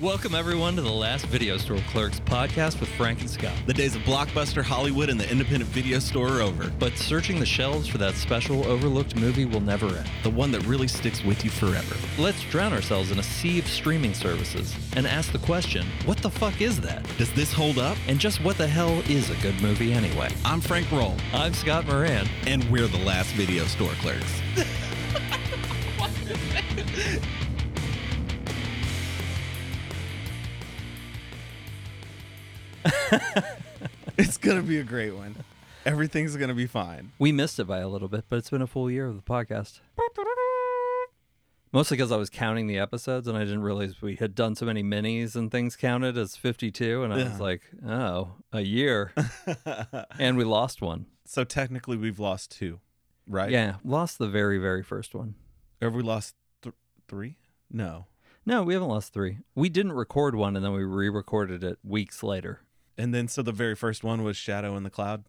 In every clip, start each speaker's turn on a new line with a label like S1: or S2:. S1: Welcome, everyone, to the last Video Store Clerks podcast with Frank and Scott.
S2: The days of Blockbuster, Hollywood, and the independent video store are over.
S1: But searching the shelves for that special overlooked movie will never end.
S2: The one that really sticks with you forever.
S1: Let's drown ourselves in a sea of streaming services and ask the question what the fuck is that?
S2: Does this hold up?
S1: And just what the hell is a good movie anyway?
S2: I'm Frank Roll,
S1: I'm Scott Moran.
S2: and we're the last Video Store Clerks. it's going to be a great one. Everything's going to be fine.
S1: We missed it by a little bit, but it's been a full year of the podcast. Mostly because I was counting the episodes and I didn't realize we had done so many minis and things counted as 52. And I was
S2: Yeah.
S1: like, oh, a year. and we lost one.
S2: So technically, we've lost two, right?
S1: Yeah, lost the very, very first one.
S2: Have we lost th- three? No.
S1: No, we haven't lost three. We didn't record one and then we re recorded it weeks later.
S2: And then, so the very first one was Shadow in the Cloud.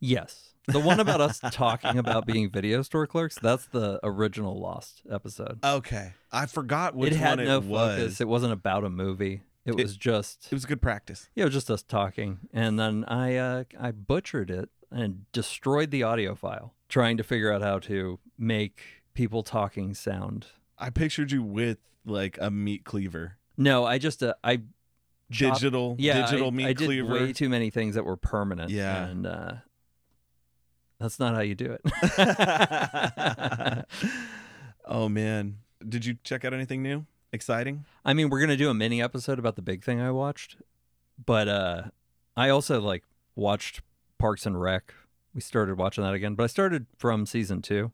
S1: Yes. The one about us talking about being video store clerks, that's the original lost episode.
S2: Okay. I forgot which
S1: it had
S2: one
S1: no
S2: it was.
S1: focus. It wasn't about a movie. It,
S2: It-
S1: was just
S2: It was good practice.
S1: Yeah, it was just us talking, and then I uh, I butchered it and destroyed the audio file, trying to figure out how to make people talking sound.
S2: I pictured you with like a meat cleaver,
S1: No, I just uh, I Chop-
S2: digital,
S1: yeah
S2: digital
S1: I,
S2: meat
S1: I did
S2: cleaver.
S1: way too many things that were permanent.
S2: Yeah.
S1: and uh, that's not how you do it.
S2: oh man, did you check out anything new, exciting?
S1: I mean, we're gonna do a mini episode about the big thing I watched, but uh, I also like watched Parks and Rec. We started watching that again, but I started from season two.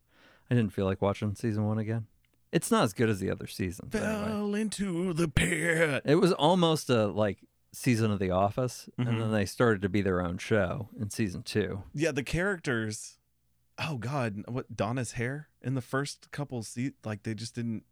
S1: I didn't feel like watching season one again. It's not as good as the other seasons. Anyway.
S2: Fell into the pit.
S1: It was almost a like season of The Office,
S2: Mhm.
S1: and then they started to be their own show in season two.
S2: Yeah, the characters. Oh god, what Donna's hair in the first couple seat like they just didn't.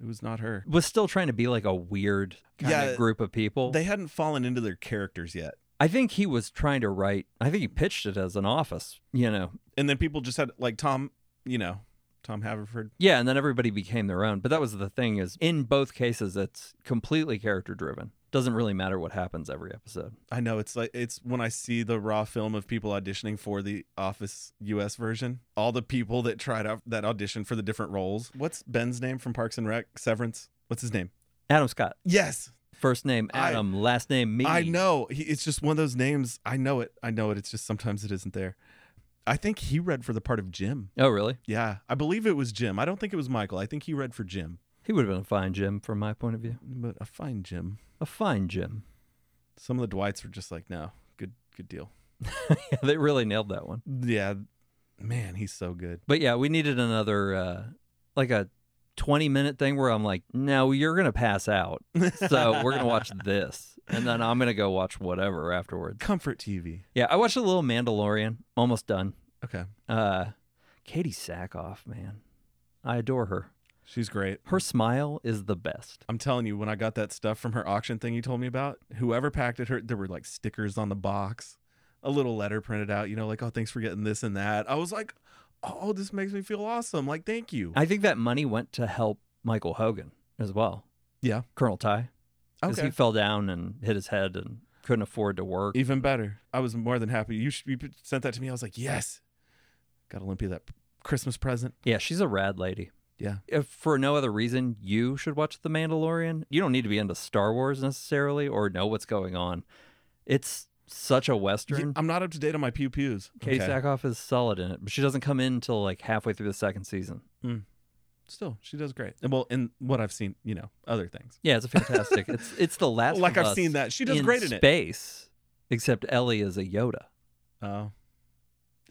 S2: It was not her.
S1: Was still trying to be like a weird kind
S2: Yeah,
S1: of group of people.
S2: They hadn't fallen into their characters yet,
S1: I think he was trying to write. I think he pitched it as an office. You know,
S2: and then people just had like Tom, you know, Tom Haverford.
S1: Yeah, and then everybody became their own. But that was the thing is in both cases it's completely character driven. Doesn't really matter what happens every episode.
S2: I know it's like it's when I see the raw film of people auditioning for the Office U.S. version. All the people that tried out that audition for the different roles. What's Ben's name from Parks and Rec? Severance. What's his name?
S1: Adam Scott.
S2: Yes,
S1: First name
S2: I-
S1: Adam, last name me.
S2: I know. He, it's just one of those names. I know it. I know it. It's just sometimes it isn't there. I think he read for the part of Jim.
S1: Oh really?
S2: Yeah, I believe it was Jim. I don't think it was Michael. I think he read for Jim,
S1: He would have been a fine Jim from my point of view.
S2: but a fine Jim.
S1: A fine Jim.
S2: Some of the Dwights were just like, no, good, good deal.
S1: yeah, they really nailed that one.
S2: Yeah, man, he's so good.
S1: But yeah, we needed another uh like a 20 minute thing where I'm like, "No, you're going to pass out. So, we're going to watch this." And then I'm going to go watch whatever afterwards.
S2: Comfort TV.
S1: Yeah, I watched a little Mandalorian. Almost done.
S2: Okay.
S1: Uh, Katie Sackhoff, man, I adore her.
S2: She's great.
S1: Her smile is the best.
S2: I'm telling you, when I got that stuff from her auction thing you told me about, whoever packed it, her there were like stickers on the box, a little letter printed out, you know, like, oh, thanks for getting this and that. I was like, oh, this makes me feel awesome. Like, thank you.
S1: I think that money went to help Michael Hogan as well.
S2: Yeah.
S1: Colonel Ty, because
S2: okay.
S1: he fell down and hit his head and couldn't afford to work.
S2: Even better. I was more than happy. You, sh- you sent that to me. I was like, yes. Got Olympia that Christmas present.
S1: Yeah, she's a rad lady.
S2: Yeah.
S1: If for no other reason, you should watch The Mandalorian. You don't need to be into Star Wars necessarily or know what's going on. It's such a
S2: Yeah,
S1: Western.
S2: I'm not up to date on my pew pews.
S1: Katie Sackhoff is solid in it, but she doesn't come in until like halfway through the second season.
S2: Still, she does great. And, Well, in what I've seen, you know, other things.
S1: Yeah, it's a fantastic. it's it's the last
S2: like
S1: of
S2: I've
S1: Us
S2: seen that. She does
S1: in
S2: great in
S1: space,
S2: it.
S1: except Ellie is a Yoda
S2: Oh.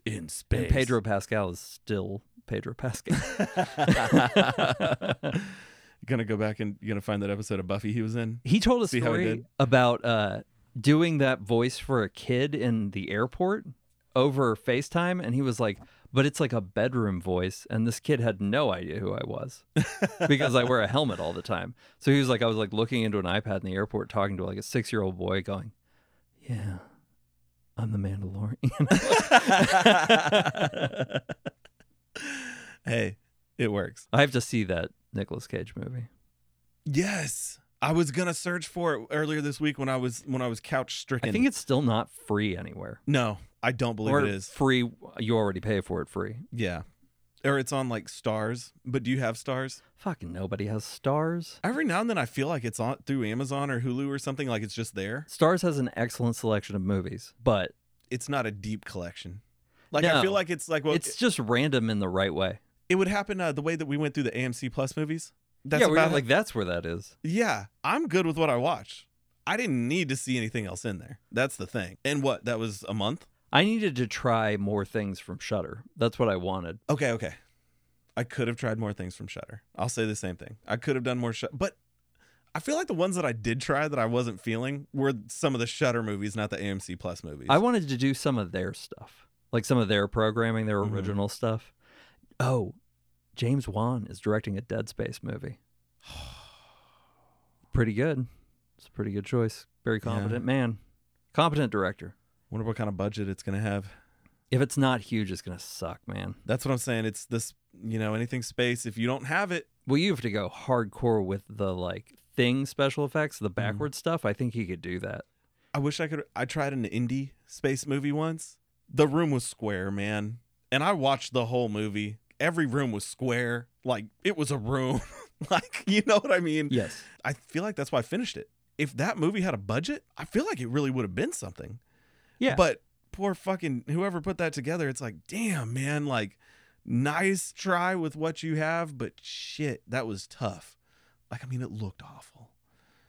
S2: In space.
S1: and Pedro Pascal is still Pedro Pascal.
S2: gonna go back and you're gonna find that episode of Buffy he was in.
S1: he told a
S2: See how he
S1: story
S2: did?
S1: about uh, doing that voice for a kid in the airport over FaceTime, and he was like, "But it's like a bedroom voice," and this kid had no idea who I was because I wear a helmet all the time. So he was like, I was like looking into an iPad in the airport, talking to like a six-year-old boy, going, "Yeah, I'm the Mandalorian."
S2: hey, it works.
S1: I have to see that Nicolas Cage movie.
S2: Yes, I was gonna search for it earlier this week when I was when I was couch stricken.
S1: I think it's still not free anywhere.
S2: no, I don't believe
S1: or
S2: it is.
S1: free. You already pay for it free.
S2: Yeah, or it's on like stars. But do you have stars?
S1: Fucking nobody has stars.
S2: Every now and then, I feel like it's on through Amazon or Hulu or something. Like it's just there.
S1: Stars has an excellent selection of movies, but
S2: It's not a deep collection. Like I
S1: No.
S2: feel like it's like well,
S1: it's just random in the right way.
S2: it would happen uh, the way that we went through the AMC Plus movies. That's
S1: yeah, we're
S2: about
S1: like that's where that is.
S2: Yeah, I'm good with what I watch. I didn't need to see anything else in there. That's the thing. And what that was a month.
S1: I needed to try more things from Shutter. That's what I wanted.
S2: Okay, okay. I could have tried more things from Shutter. I'll say the same thing. I could have done more Shutter, but I feel like the ones that I did try that I wasn't feeling were some of the Shutter movies, not the AMC Plus movies.
S1: I wanted to do some of their stuff, like some of their programming, their
S2: Mhm.
S1: original stuff. Oh, James Wan is directing a Dead Space movie. Pretty good. It's a pretty good choice. Very
S2: Yeah.
S1: competent man, competent director.
S2: wonder what kind of budget it's gonna have.
S1: If it's not huge, it's gonna suck, man.
S2: That's what I'm saying. It's this, you know, anything space. If you don't have it,
S1: Well, you have to go hardcore with the like thing special effects,
S2: Mm-hmm.
S1: the backward stuff. I think he could do that.
S2: I wish I could. I tried an indie space movie once. The room was square, man. And I watched the whole movie. Every room was square. Like, it was a room. like, you know what I mean?
S1: Yes.
S2: I feel like that's why I finished it. If that movie had a budget, I feel like it really would have been something.
S1: Yeah.
S2: But poor fucking whoever put that together, it's like, damn, man. Like, nice try with what you have, but shit, that was tough. Like, I mean, it looked awful.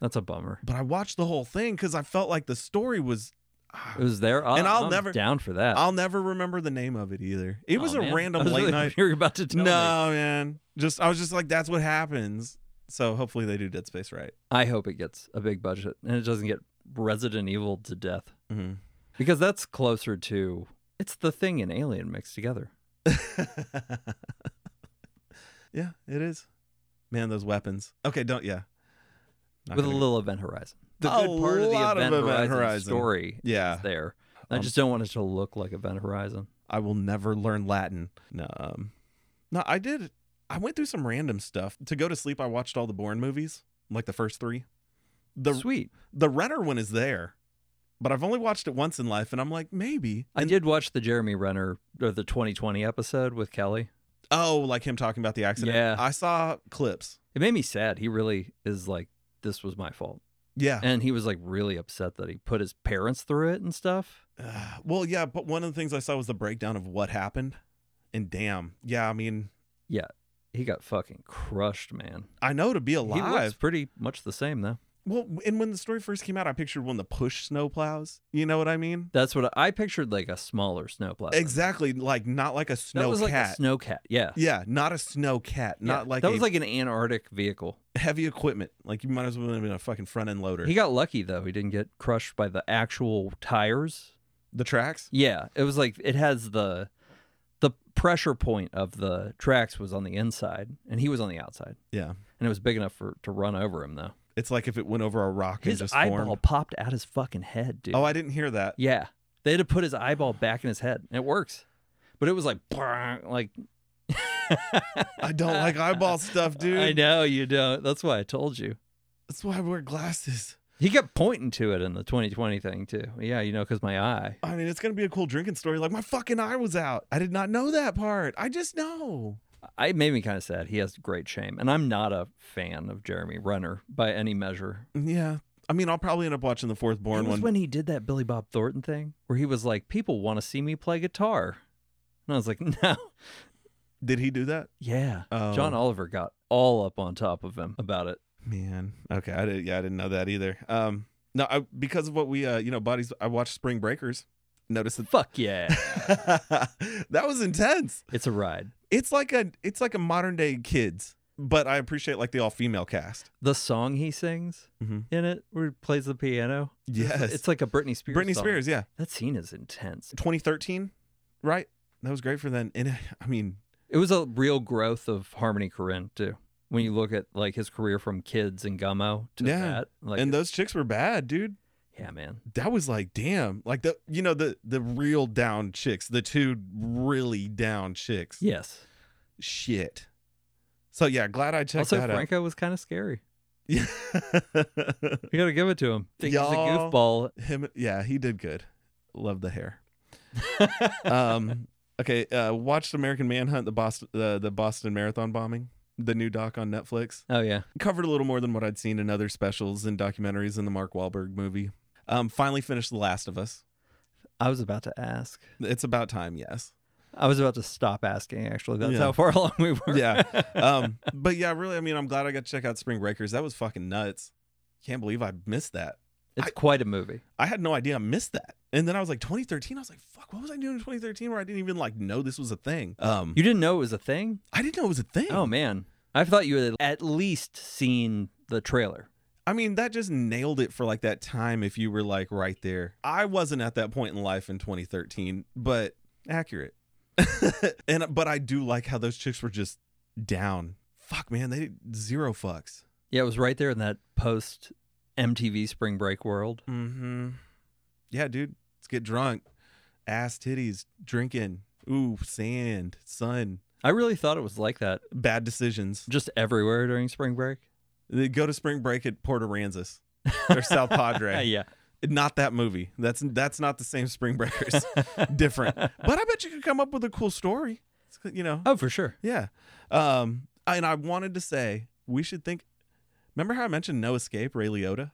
S1: That's a bummer.
S2: But I watched the whole thing because I felt like the story was. ah,
S1: It was there.
S2: And I'll
S1: am
S2: never-
S1: down for that.
S2: I'll never remember the name of it either. It was
S1: Aw,
S2: a
S1: man. I
S2: random
S1: was
S2: late
S1: really-
S2: night.
S1: You were about to tell
S2: No,
S1: me.
S2: man. Just I was just like, that's what happens. So hopefully they do Dead Space right.
S1: I hope it gets a big budget and it doesn't get Resident Evil to death
S2: Mm-hmm.
S1: because that's closer to it's the thing and Alien mixed together.
S2: yeah, it is. Man, those weapons. Okay, don't yeah. Not
S1: with a
S2: gonna-
S1: little event horizon. The
S2: A
S1: good part of the
S2: lot
S1: event,
S2: of Event
S1: horizon,
S2: Horizon.
S1: story
S2: yeah.
S1: is there. I
S2: Um,
S1: just don't want it to look like Event Horizon.
S2: I will never learn Latin. No, um, no, I did. I went through some random stuff to go to sleep. I watched all the Bourne movies, like the first three. The
S1: Sweet.
S2: the Renner one is there, but I've only watched it once in life, and I'm like maybe.
S1: I did watch the Jeremy Renner or the 2020 episode with Kelly.
S2: Oh, like him talking about the accident.
S1: Yeah.
S2: I saw clips.
S1: It made me sad. He really is like, this was my fault.
S2: Yeah.
S1: And he was like really upset that he put his parents through it and stuff.
S2: Uh, well, yeah, but one of the things I saw was the breakdown of what happened, and damn, yeah, I mean,
S1: He got fucking crushed, man.
S2: I know to be alive.
S1: He looks pretty much the same though.
S2: Well, and when the story first came out, I pictured one of the push snow plows. You know what I mean?
S1: That's what I, I pictured like a smaller snowplow.
S2: Exactly, like not like a
S1: Uh, That
S2: snow
S1: was like
S2: cat.
S1: a snow cat. Yeah.
S2: yeah, not a snow cat. Not
S1: Yeah.
S2: like
S1: that
S2: a
S1: was like an Antarctic vehicle.
S2: heavy equipment. Like you might as well have been a fucking front end loader.
S1: He got lucky though. He didn't get crushed by the actual tires.
S2: the tracks.
S1: Yeah, it was like it has the the pressure point of the tracks was on the inside and he was on the outside.
S2: Yeah,
S1: And it was big enough for to run over him though.
S2: it's like if it went over a rock
S1: His
S2: and just
S1: eyeball
S2: formed.
S1: popped out his fucking head, dude.
S2: Oh, I didn't hear that.
S1: yeah. They had to put his eyeball back in his head. And it works. But it was like like
S2: I don't like eyeball stuff, dude.
S1: I know you don't. That's why I told you.
S2: That's why I wear glasses.
S1: He kept pointing to it in the 2020 thing too. Yeah, you know, because my eye.
S2: I mean, it's gonna be a cool drinking story. Like my fucking eye was out. I did not know that part. I just know.
S1: I it made me kind of sad. He has great shame, and I'm not a fan of Jeremy Renner by any measure.
S2: Yeah. I mean, I'll probably end up watching the fourth
S1: It
S2: born
S1: was
S2: one.
S1: when he did that Billy Bob Thornton thing where he was like, "People want to see me play guitar," and I was like, "No,
S2: Did he do that?
S1: yeah."
S2: Oh,
S1: John Oliver got all up on top of him about it.
S2: man. Okay. I did. Yeah, I didn't know that either. Um, no, I, because of what we, uh, you know, bodies. I watched Spring Breakers. Notice that.
S1: Fuck yeah,
S2: that was intense.
S1: it's a ride.
S2: It's like a, it's like a modern day kids, but I appreciate like the all female cast.
S1: The song he sings
S2: Mhm.
S1: in it, where he plays the piano,
S2: Yes.
S1: it's like a Britney Spears.
S2: Britney
S1: song.
S2: Spears. Yeah.
S1: That scene is intense.
S2: 2013, right? That was great for then. And I mean,
S1: It was a real growth of Harmony Korine too. When you look at like his career from Kids and Gummo to
S2: Yeah.
S1: that, like
S2: and those chicks were bad, dude.
S1: Yeah, man.
S2: That was like, damn, like the you know the the real down chicks, the two really down chicks.
S1: Yes.
S2: Shit. So yeah, glad I checked
S1: also,
S2: that out.
S1: Franco was kind of scary.
S2: Yeah.
S1: You gotta give it to him. Think he's a
S2: Y'all.
S1: goofball.
S2: Him yeah, he did good. Love the hair. um okay, uh watched American Manhunt, the Boston uh, the Boston Marathon bombing, the new doc on Netflix.
S1: Oh yeah.
S2: Covered a little more than what I'd seen in other specials and documentaries in the Mark Wahlberg movie. Um finally finished The Last of Us.
S1: I was about to ask.
S2: It's about time, yes.
S1: I was about to stop asking. Actually, that's
S2: Yeah.
S1: how far along we were.
S2: Yeah. Um but yeah, really I mean I'm glad I got to check out Spring Breakers. That was fucking nuts. Can't believe I missed that.
S1: it's quite a movie.
S2: I had no idea I missed that. And then I was like 2013, I was like, fuck, what was I doing in 2013 where I didn't even like know this was a thing? Um
S1: You didn't know it was a thing.
S2: I didn't know it was a thing.
S1: Oh man, I thought you had at least seen the trailer.
S2: I mean, that just nailed it for like that time if you were like right there. I wasn't at that point in life in 2013, but accurate. and but I do like how those chicks were just down. Fuck man, they zero fucks.
S1: Yeah, it was right there in that post MTV Spring Break world.
S2: Mm-hmm. Yeah, dude. Let's get drunk. Ass titties, drinking. Ooh, sand, sun,
S1: I really thought it was like that
S2: bad decisions.
S1: just everywhere during spring break.
S2: They go to spring break at Port Aransas or South Padre.
S1: yeah.
S2: Not that movie. That's that's not the same Spring Breakers. Different. But I bet you could come up with a cool story. It's good, You know.
S1: Oh, for sure.
S2: Yeah. Um. And I wanted to say we should think. Remember how I mentioned No Escape, Ray Liotta?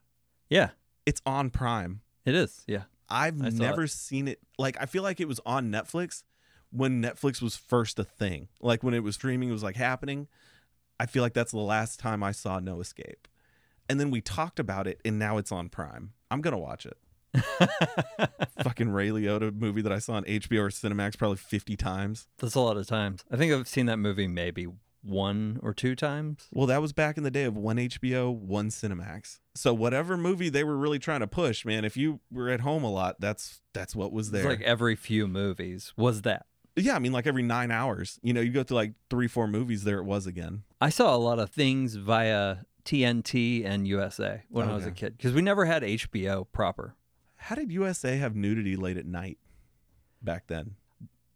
S1: Yeah,
S2: It's on Prime.
S1: it is. Yeah.
S2: I've
S1: I saw
S2: never seen it. Like I feel like it was on Netflix when Netflix was first a thing. Like when it was streaming, it was like happening. I feel like that's the last time I saw No Escape. And then we talked about it and now it's on Prime. I'm going to watch it. Fucking Ray Liotta movie that I saw on HBO or Cinemax probably 50 times.
S1: That's a lot of times. I think I've seen that movie maybe one or two times.
S2: Well, that was back in the day of one HBO, one Cinemax. So whatever movie they were really trying to push, man, if you were at home a lot, that's that's what was there.
S1: It's like every few movies was that.
S2: Yeah, I mean, like every nine hours, you know, you go through like three, four movies. There it was again.
S1: I saw a lot of things via TNT and USA when I was a
S2: Okay.
S1: kid because we never had HBO proper.
S2: How did USA have nudity late at night back then?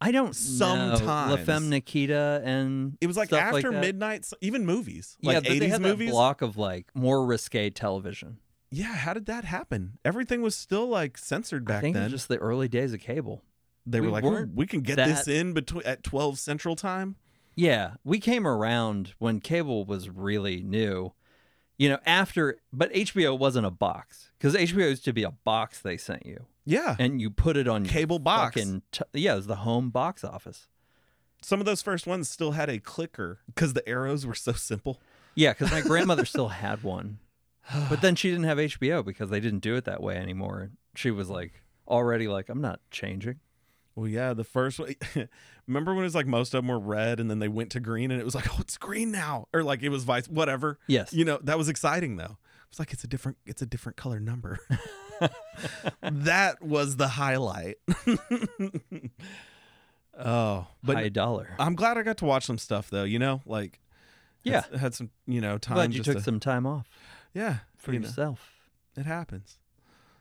S1: I don't know. La
S2: Sometimes.
S1: Femme Nikita and
S2: It was like
S1: stuff
S2: after
S1: that.
S2: midnight, so- even movies,
S1: Yeah,
S2: like
S1: but they
S2: eighties
S1: had
S2: movies.
S1: that block of like more risque television.
S2: Yeah, how did that happen? Everything was still like censored
S1: I
S2: back
S1: think it
S2: then.
S1: was just the early days of cable.
S2: they were
S1: we
S2: like, "Ooh,
S1: weren't
S2: we can get this
S1: that-
S2: in between at twelve Central Time.
S1: Yeah, we came around when cable was really new. You know, after but HBO wasn't a box because HBO used to be a box they sent you,
S2: Yeah,
S1: and you put it on your
S2: cable box.
S1: Fucking t- yeah, it was the home box office.
S2: Some of those first ones still had a clicker because the arrows were so simple.
S1: Yeah, because my grandmother still had one, but then she didn't have HBO because they didn't do it that way anymore. She was like already like, I'm not changing.
S2: Well, yeah, the first one. Remember when it was like most of them were red and then they went to green and it was like, oh, it's green now, or like it was vice, whatever.
S1: Yes,
S2: You know, that was exciting though. It's like it's a different, it's a different color number. that was the highlight. oh, but
S1: high dollar.
S2: I'm glad I got to watch some stuff though. You know, like
S1: yeah,
S2: had, had some you know time.
S1: glad you
S2: just
S1: took
S2: to-
S1: some time off
S2: yeah
S1: for
S2: you know.
S1: yourself.
S2: It happens.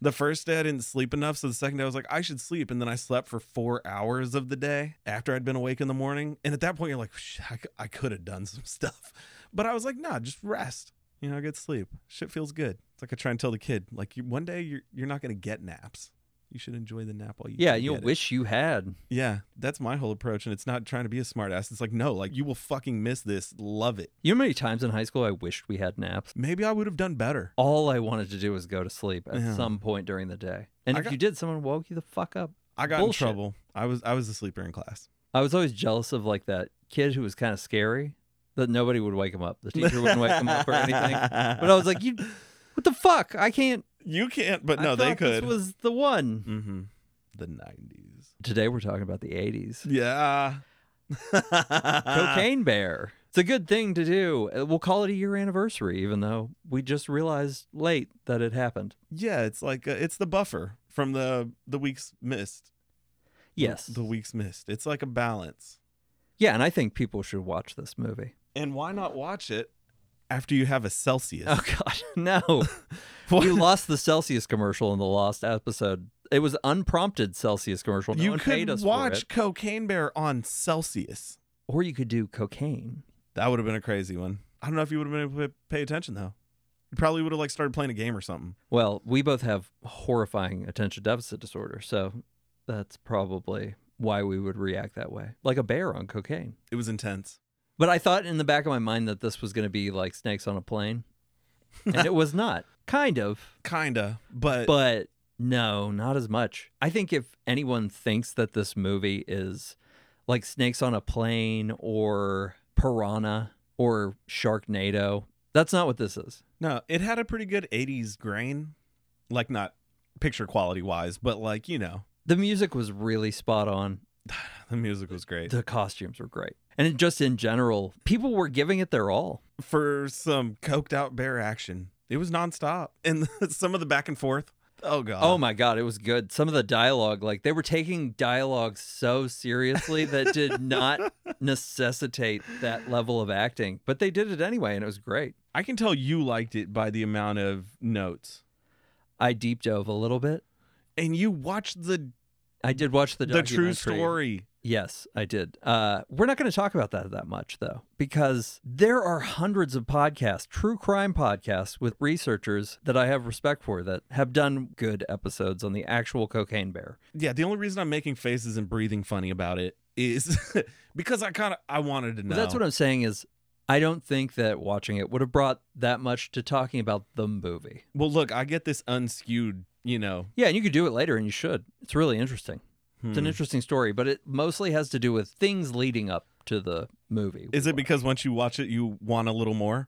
S2: The first day I didn't sleep enough, so the second day I was like, I should sleep, and then I slept for four hours of the day after I'd been awake in the morning. And at that point, you're like, "Shh, I, cou- I could have done some stuff, but I was like, nah, just rest. You know, get sleep. Shit feels good. It's like I try and tell the kid, like, you, one day you're you're not gonna get naps. You should enjoy the nap while you
S1: Yeah,
S2: can
S1: you'll
S2: get it."
S1: wish you had.
S2: Yeah, that's my whole approach, and it's not trying to be a smartass. It's like, no, like you will fucking miss this. Love it.
S1: You know how many times in high school I wished we had naps?
S2: Maybe I would have done better.
S1: All I wanted to do was go to sleep at
S2: Yeah.
S1: some point during the day. And
S2: I
S1: if
S2: got-
S1: you did, someone woke you the fuck up.
S2: I got
S1: Bullshit.
S2: in trouble. I was I was a sleeper in class.
S1: I was always jealous of like that kid who was kind of scary that nobody would wake him up. The teacher wouldn't wake him up or anything. But I was like, you, what the fuck? I can't.
S2: you can't. But
S1: I
S2: no, they
S1: thought
S2: could.
S1: This was the one.
S2: mm-hmm. The nineties.
S1: Today we're talking about the 80s.
S2: Yeah. Ah.
S1: Cocaine Bear. It's a good thing to do. Uh, We'll call it a year anniversary, even though we just realized late that it happened.
S2: Yeah, it's like uh, it's the buffer from the the week's missed.
S1: Yes.
S2: The week's missed. It's like a balance.
S1: yeah, and I think people should watch this movie.
S2: And why not watch it after you have a Celsius?
S1: Oh God, no!
S2: What?
S1: we lost the Celsius commercial in the last episode. It was unprompted Celsius commercial. No
S2: you
S1: one paid
S2: could
S1: us for
S2: watch
S1: it.
S2: Cocaine Bear on Celsius.
S1: or you could do cocaine.
S2: That would have been a crazy one. I don't know if you would have been able to pay attention though. You probably would have like started playing a game or something.
S1: Well, we both have horrifying attention deficit disorder, so that's probably why we would react that way, like a bear on cocaine.
S2: It was intense.
S1: But I thought in the back of my mind that this was going to be like snakes on a plane, and it was not. Kind of,
S2: Kinda, but,
S1: but no, not as much. I think if anyone thinks that this movie is like Snakes on a Plane or Piranha or Sharknado, that's not what this is.
S2: no, it had a pretty good 80s grain. Like not picture quality wise, but like, you know,
S1: The music was really spot on.
S2: the music was great.
S1: The costumes were great. And it- just in general, people were giving it their all.
S2: For some coked out bear action. It was nonstop. And some of the back and forth. Oh god.
S1: oh my God, it was good. Some of the dialogue, like they were taking dialogue so seriously that did not necessitate that level of acting, but they did it anyway, and it was great.
S2: I can tell you liked it by the amount of notes.
S1: I deep dove a little bit.
S2: And you watched the
S1: I did watch the
S2: the true
S1: documentary.
S2: story.
S1: Yes, I did. Uh, we're not going to talk about that that much though, because there are hundreds of podcasts, true crime podcasts, with researchers that I have respect for that have done good episodes on the actual cocaine bear.
S2: Yeah, the only reason I'm making faces and breathing funny about it is because I kind of I wanted to know.
S1: But that's what I'm saying is, I don't think that watching it would have brought that much to talking about the movie.
S2: Well, look, I get this unskewed, you know.
S1: Yeah, and you could do it later, and you should. It's really interesting. It's an
S2: hmm.
S1: interesting story, but it mostly has to do with things leading up to the movie.
S2: Is it because once you watch it, you want a little more?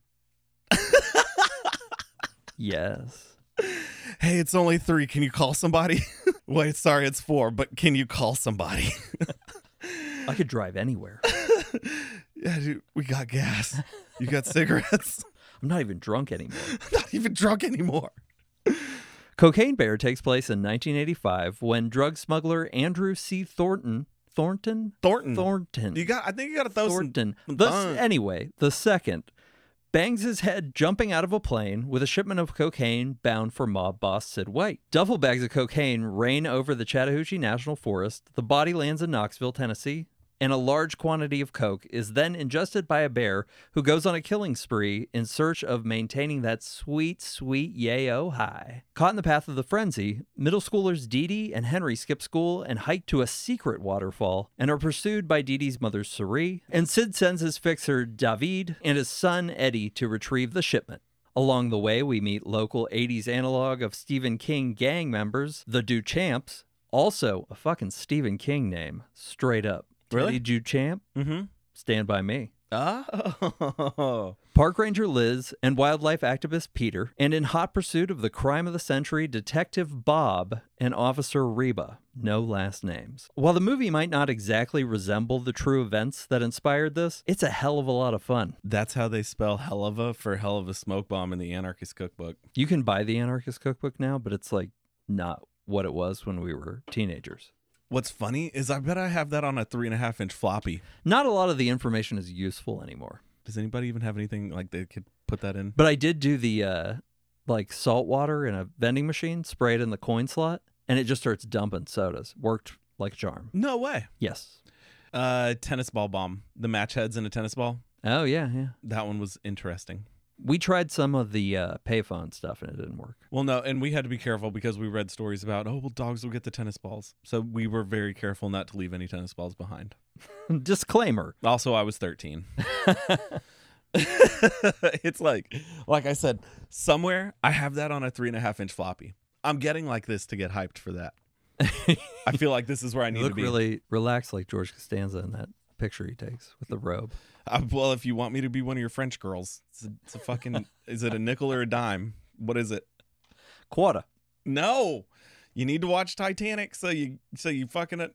S1: Yes.
S2: Hey, it's only three. Can you call somebody? Wait, sorry, it's four, but can you call somebody?
S1: I could drive anywhere.
S2: yeah, dude, we got gas. You got cigarettes.
S1: I'm not even drunk anymore.
S2: I'm not even drunk anymore.
S1: Cocaine Bear takes place in 1985 when drug smuggler Andrew C. Thornton, Thornton,
S2: Thornton.
S1: Thornton,
S2: Hmm. You got. I think you got to throw some.
S1: Thornton.
S2: some
S1: The,
S2: thorn.
S1: anyway, the second bangs his head jumping out of a plane with a shipment of cocaine bound for mob boss Sid White. Duffel bags of cocaine rain over the Chattahoochee National Forest. The body lands in Knoxville, Tennessee. And a large quantity of coke is then ingested by a bear who goes on a killing spree in search of maintaining that sweet, sweet yayo high. Caught in the path of the frenzy, middle schoolers Dee Dee and Henry skip school and hike to a secret waterfall and are pursued by Dee Dee's mother, Suri. And Sid sends his fixer, David, and his son, Eddie, to retrieve the shipment. Along the way, we meet local 80s analog of Stephen King gang members, the Duchamps, also a fucking Stephen King name, straight up.
S2: Really?
S1: Teddy Duchamp,
S2: Mm-hmm.
S1: Stand By Me.
S2: Oh.
S1: Park Ranger Liz and wildlife activist Peter, and in hot pursuit of the crime of the century, Detective Bob and Officer Reba. No last names. While the movie might not exactly resemble the true events that inspired this, it's a hell of a lot of fun.
S2: That's how they spell hell of a for hell of a smoke bomb in the anarchist cookbook.
S1: You can buy the Anarchist Cookbook now, but it's like not what it was when we were teenagers.
S2: What's funny is I bet I have that on a three and a half inch floppy.
S1: Not a lot of the information is useful anymore.
S2: Does anybody even have anything like they could put that in?
S1: But I did do the uh, like salt water in a vending machine, spray it in the coin slot, and it just starts dumping sodas. Worked like a charm.
S2: No way.
S1: Yes.
S2: Uh, tennis ball bomb. The match heads in a tennis ball.
S1: Oh yeah, yeah.
S2: That one was interesting.
S1: We tried some of the uh, payphone stuff and it didn't work.
S2: Well, no, and we had to be careful because we read stories about oh well, dogs will get the tennis balls. So we were very careful not to leave any tennis balls behind.
S1: Disclaimer.
S2: Also, I was thirteen. it's like, like I said, somewhere I have that on a three and a half inch floppy. I'm getting like this to get hyped for that. I feel like this is where I need
S1: You look
S2: to be.
S1: really relaxed, like George Costanza in that picture he takes with the robe.
S2: Uh, well, if you want me to be one of your French girls, it's a, it's a fucking. is it a nickel or a dime? What is it?
S1: Quada.
S2: No, you need to watch Titanic so you so you fucking. uh,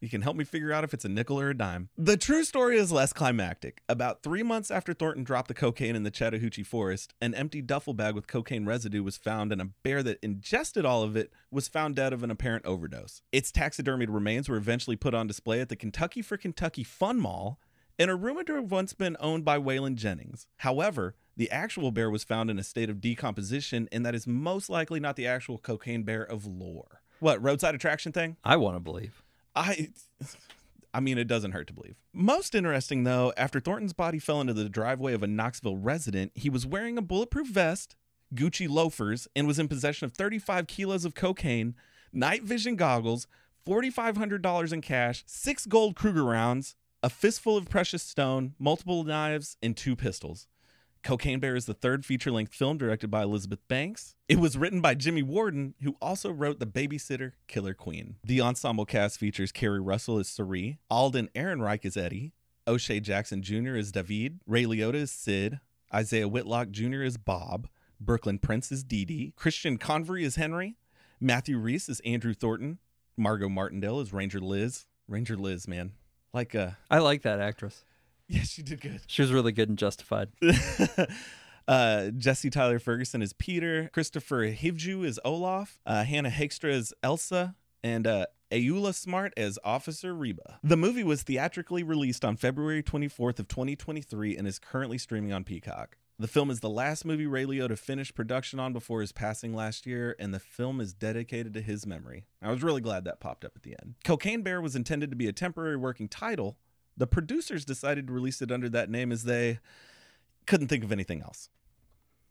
S2: you can help me figure out if it's a nickel or a dime. The true story is less climactic. About three months after Thornton dropped the cocaine in the Chattahoochee Forest, an empty duffel bag with cocaine residue was found, and a bear that ingested all of it was found dead of an apparent overdose. Its taxidermied remains were eventually put on display at the Kentucky for Kentucky Fun Mall in a rumored to have once been owned by Waylon Jennings. However, the actual bear was found in a state of decomposition, and that is most likely not the actual cocaine bear of lore. What roadside attraction thing?
S1: I want to believe.
S2: I I mean, it doesn't hurt to believe. Most interesting, though, after Thornton's body fell into the driveway of a Knoxville resident, he was wearing a bulletproof vest, Gucci loafers, and was in possession of 35 kilos of cocaine, night vision goggles, $4,500 in cash, six gold Kruger rounds, a fistful of precious stone, multiple knives, and two pistols. Cocaine Bear is the third feature length film directed by Elizabeth Banks. It was written by Jimmy Warden, who also wrote The Babysitter Killer Queen. The ensemble cast features Carrie Russell as Cerie, Alden Ehrenreich as Eddie, O'Shea Jackson Jr. as David, Ray Liotta as Sid, Isaiah Whitlock Jr. as Bob, Brooklyn Prince as Dee Dee, Christian Convery as Henry, Matthew Reese as Andrew Thornton, Margot Martindale as Ranger Liz. Ranger Liz, man. Like, uh,
S1: I like that actress.
S2: yeah, she did good.
S1: She was really good and justified.
S2: uh, Jesse Tyler Ferguson is Peter. Christopher Hivju is Olaf. Uh, Hannah Hegstra is Elsa. And uh, Ayula Smart as Officer Reba. The movie was theatrically released on February 24th of 2023 and is currently streaming on Peacock. The film is the last movie Ray Liotta finished production on before his passing last year, and the film is dedicated to his memory. I was really glad that popped up at the end. Cocaine Bear was intended to be a temporary working title. The producers decided to release it under that name as they couldn't think of anything else.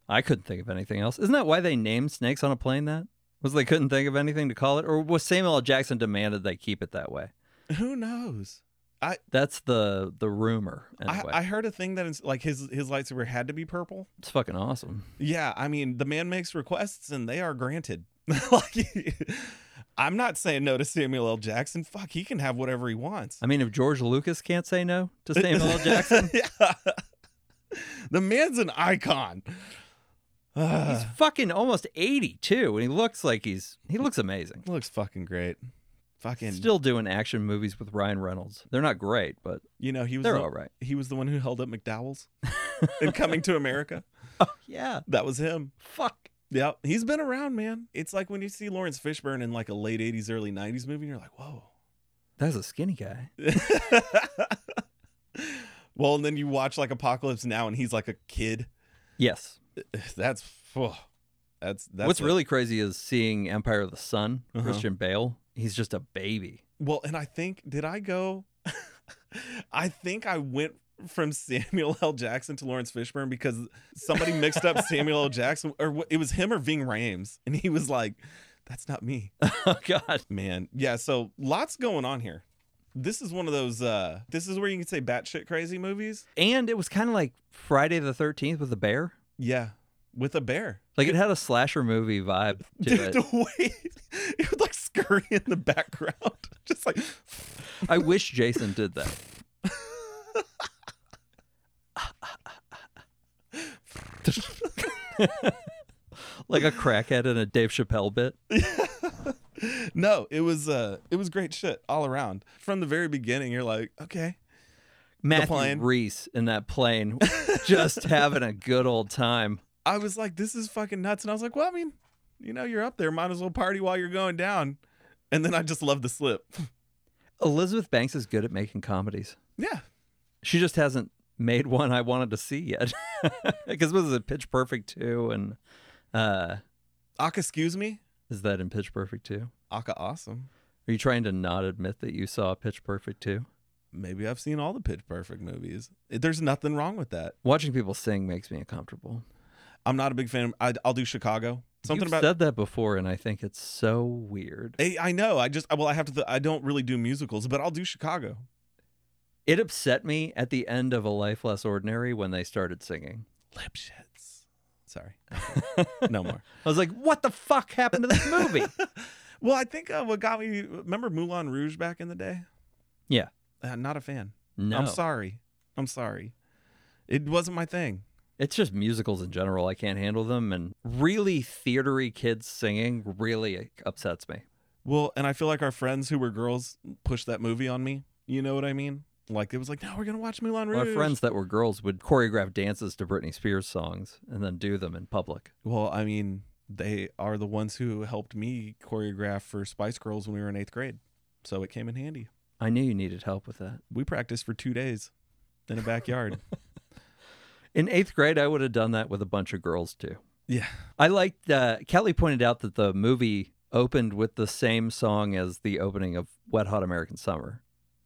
S1: I couldn't think of anything else. Isn't that why they named Snakes on a Plane that? Was they couldn't think of anything to call it? Or was Samuel L. Jackson demanded they keep it that way?
S2: Who knows?
S1: That's the the rumor. Anyway.
S2: I, I heard a thing that is, like his his lightsaber had to be purple.
S1: it's fucking awesome.
S2: Yeah, I mean the man makes requests and they are granted. like, I'm not saying no to Samuel L. Jackson. Fuck, he can have whatever he wants.
S1: I mean, if George Lucas can't say no to Samuel L. Jackson,
S2: yeah, the man's an icon. Ah,
S1: he's fucking almost 80 too, and he looks like he's he looks amazing.
S2: looks fucking great. Fucking,
S1: Still doing action movies with Ryan Reynolds. They're not great, but
S2: you know he was
S1: they're
S2: the,
S1: all right.
S2: he was the one who held up McDowell's in Coming to America.
S1: Yeah.
S2: That was him.
S1: Fuck.
S2: Yeah, he's been around, man. It's like when you see Lawrence Fishburne in like a late 80s, early 90s movie, and you're like, whoa.
S1: That's a skinny guy.
S2: well, and then you watch like Apocalypse Now, and he's like a kid.
S1: Yes.
S2: That's, phew. that's, that's
S1: What's
S2: a-
S1: really crazy is seeing Empire of the Sun,
S2: Uh-huh.
S1: Christian Bale. He's just a baby.
S2: well, and I think, did I go? I think I went from Samuel L. Jackson to Lawrence Fishburne because somebody mixed up Samuel L. Jackson, or wh- it was him or Ving Rhames, and he was like, that's not me.
S1: oh god.
S2: man yeah so lots going on here this is one of those uh this is where you can say batshit crazy movies
S1: And it was kind of like Friday the 13th with a bear.
S2: yeah with a bear
S1: Like it had a slasher movie vibe to
S2: dude
S1: it.
S2: the way it would like scurry in the background just like
S1: I wish Jason did that. like a crackhead in a Dave Chappelle bit.
S2: no it was uh it was great shit all around from the very beginning you're like okay
S1: Matthew
S2: plane.
S1: Reese in that plane, just having a good old time.
S2: i was like this is fucking nuts and i was like well i mean you know you're up there might as well party while you're going down and then i just love the slip
S1: Elizabeth Banks is good at making comedies.
S2: yeah
S1: She just hasn't made one I wanted to see yet. Because was it Pitch Perfect 2 and uh
S2: aka excuse me
S1: is that in Pitch Perfect 2?
S2: aka awesome
S1: Are you trying to not admit that you saw Pitch Perfect 2?
S2: maybe I've seen all the Pitch Perfect movies. There's nothing wrong with that.
S1: Watching people sing makes me uncomfortable.
S2: I'm not a big fan. I, I'll do Chicago. Something
S1: You've
S2: about.
S1: said that before, and I think it's so weird.
S2: I, I know. I just well, I have to. Th- I don't really do musicals, but I'll do Chicago.
S1: It upset me at the end of A Life Less Ordinary when they started singing.
S2: Lip shits. Sorry. No more.
S1: I was like, what the fuck happened to this movie?
S2: well, I think uh, what got me. Remember Moulin Rouge back in the day?
S1: Yeah.
S2: Uh, not a fan.
S1: no.
S2: I'm sorry. I'm sorry. It wasn't my thing.
S1: It's just musicals in general. I can't handle them. And really theatery kids singing really upsets me.
S2: Well, and I feel like our friends who were girls pushed that movie on me. You know what I mean? Like it was like, no, we're gonna watch Moulin Rouge.
S1: Our friends that were girls would choreograph dances to Britney Spears songs and then do them in public.
S2: Well, I mean, they are the ones who helped me choreograph for Spice Girls when we were in eighth grade. So it came in handy.
S1: I knew you needed help with that.
S2: We practiced for two days in a backyard.
S1: In eighth grade, I would have done that with a bunch of girls too.
S2: yeah.
S1: I liked uh, Kelly pointed out that the movie opened with the same song as the opening of Wet Hot American Summer,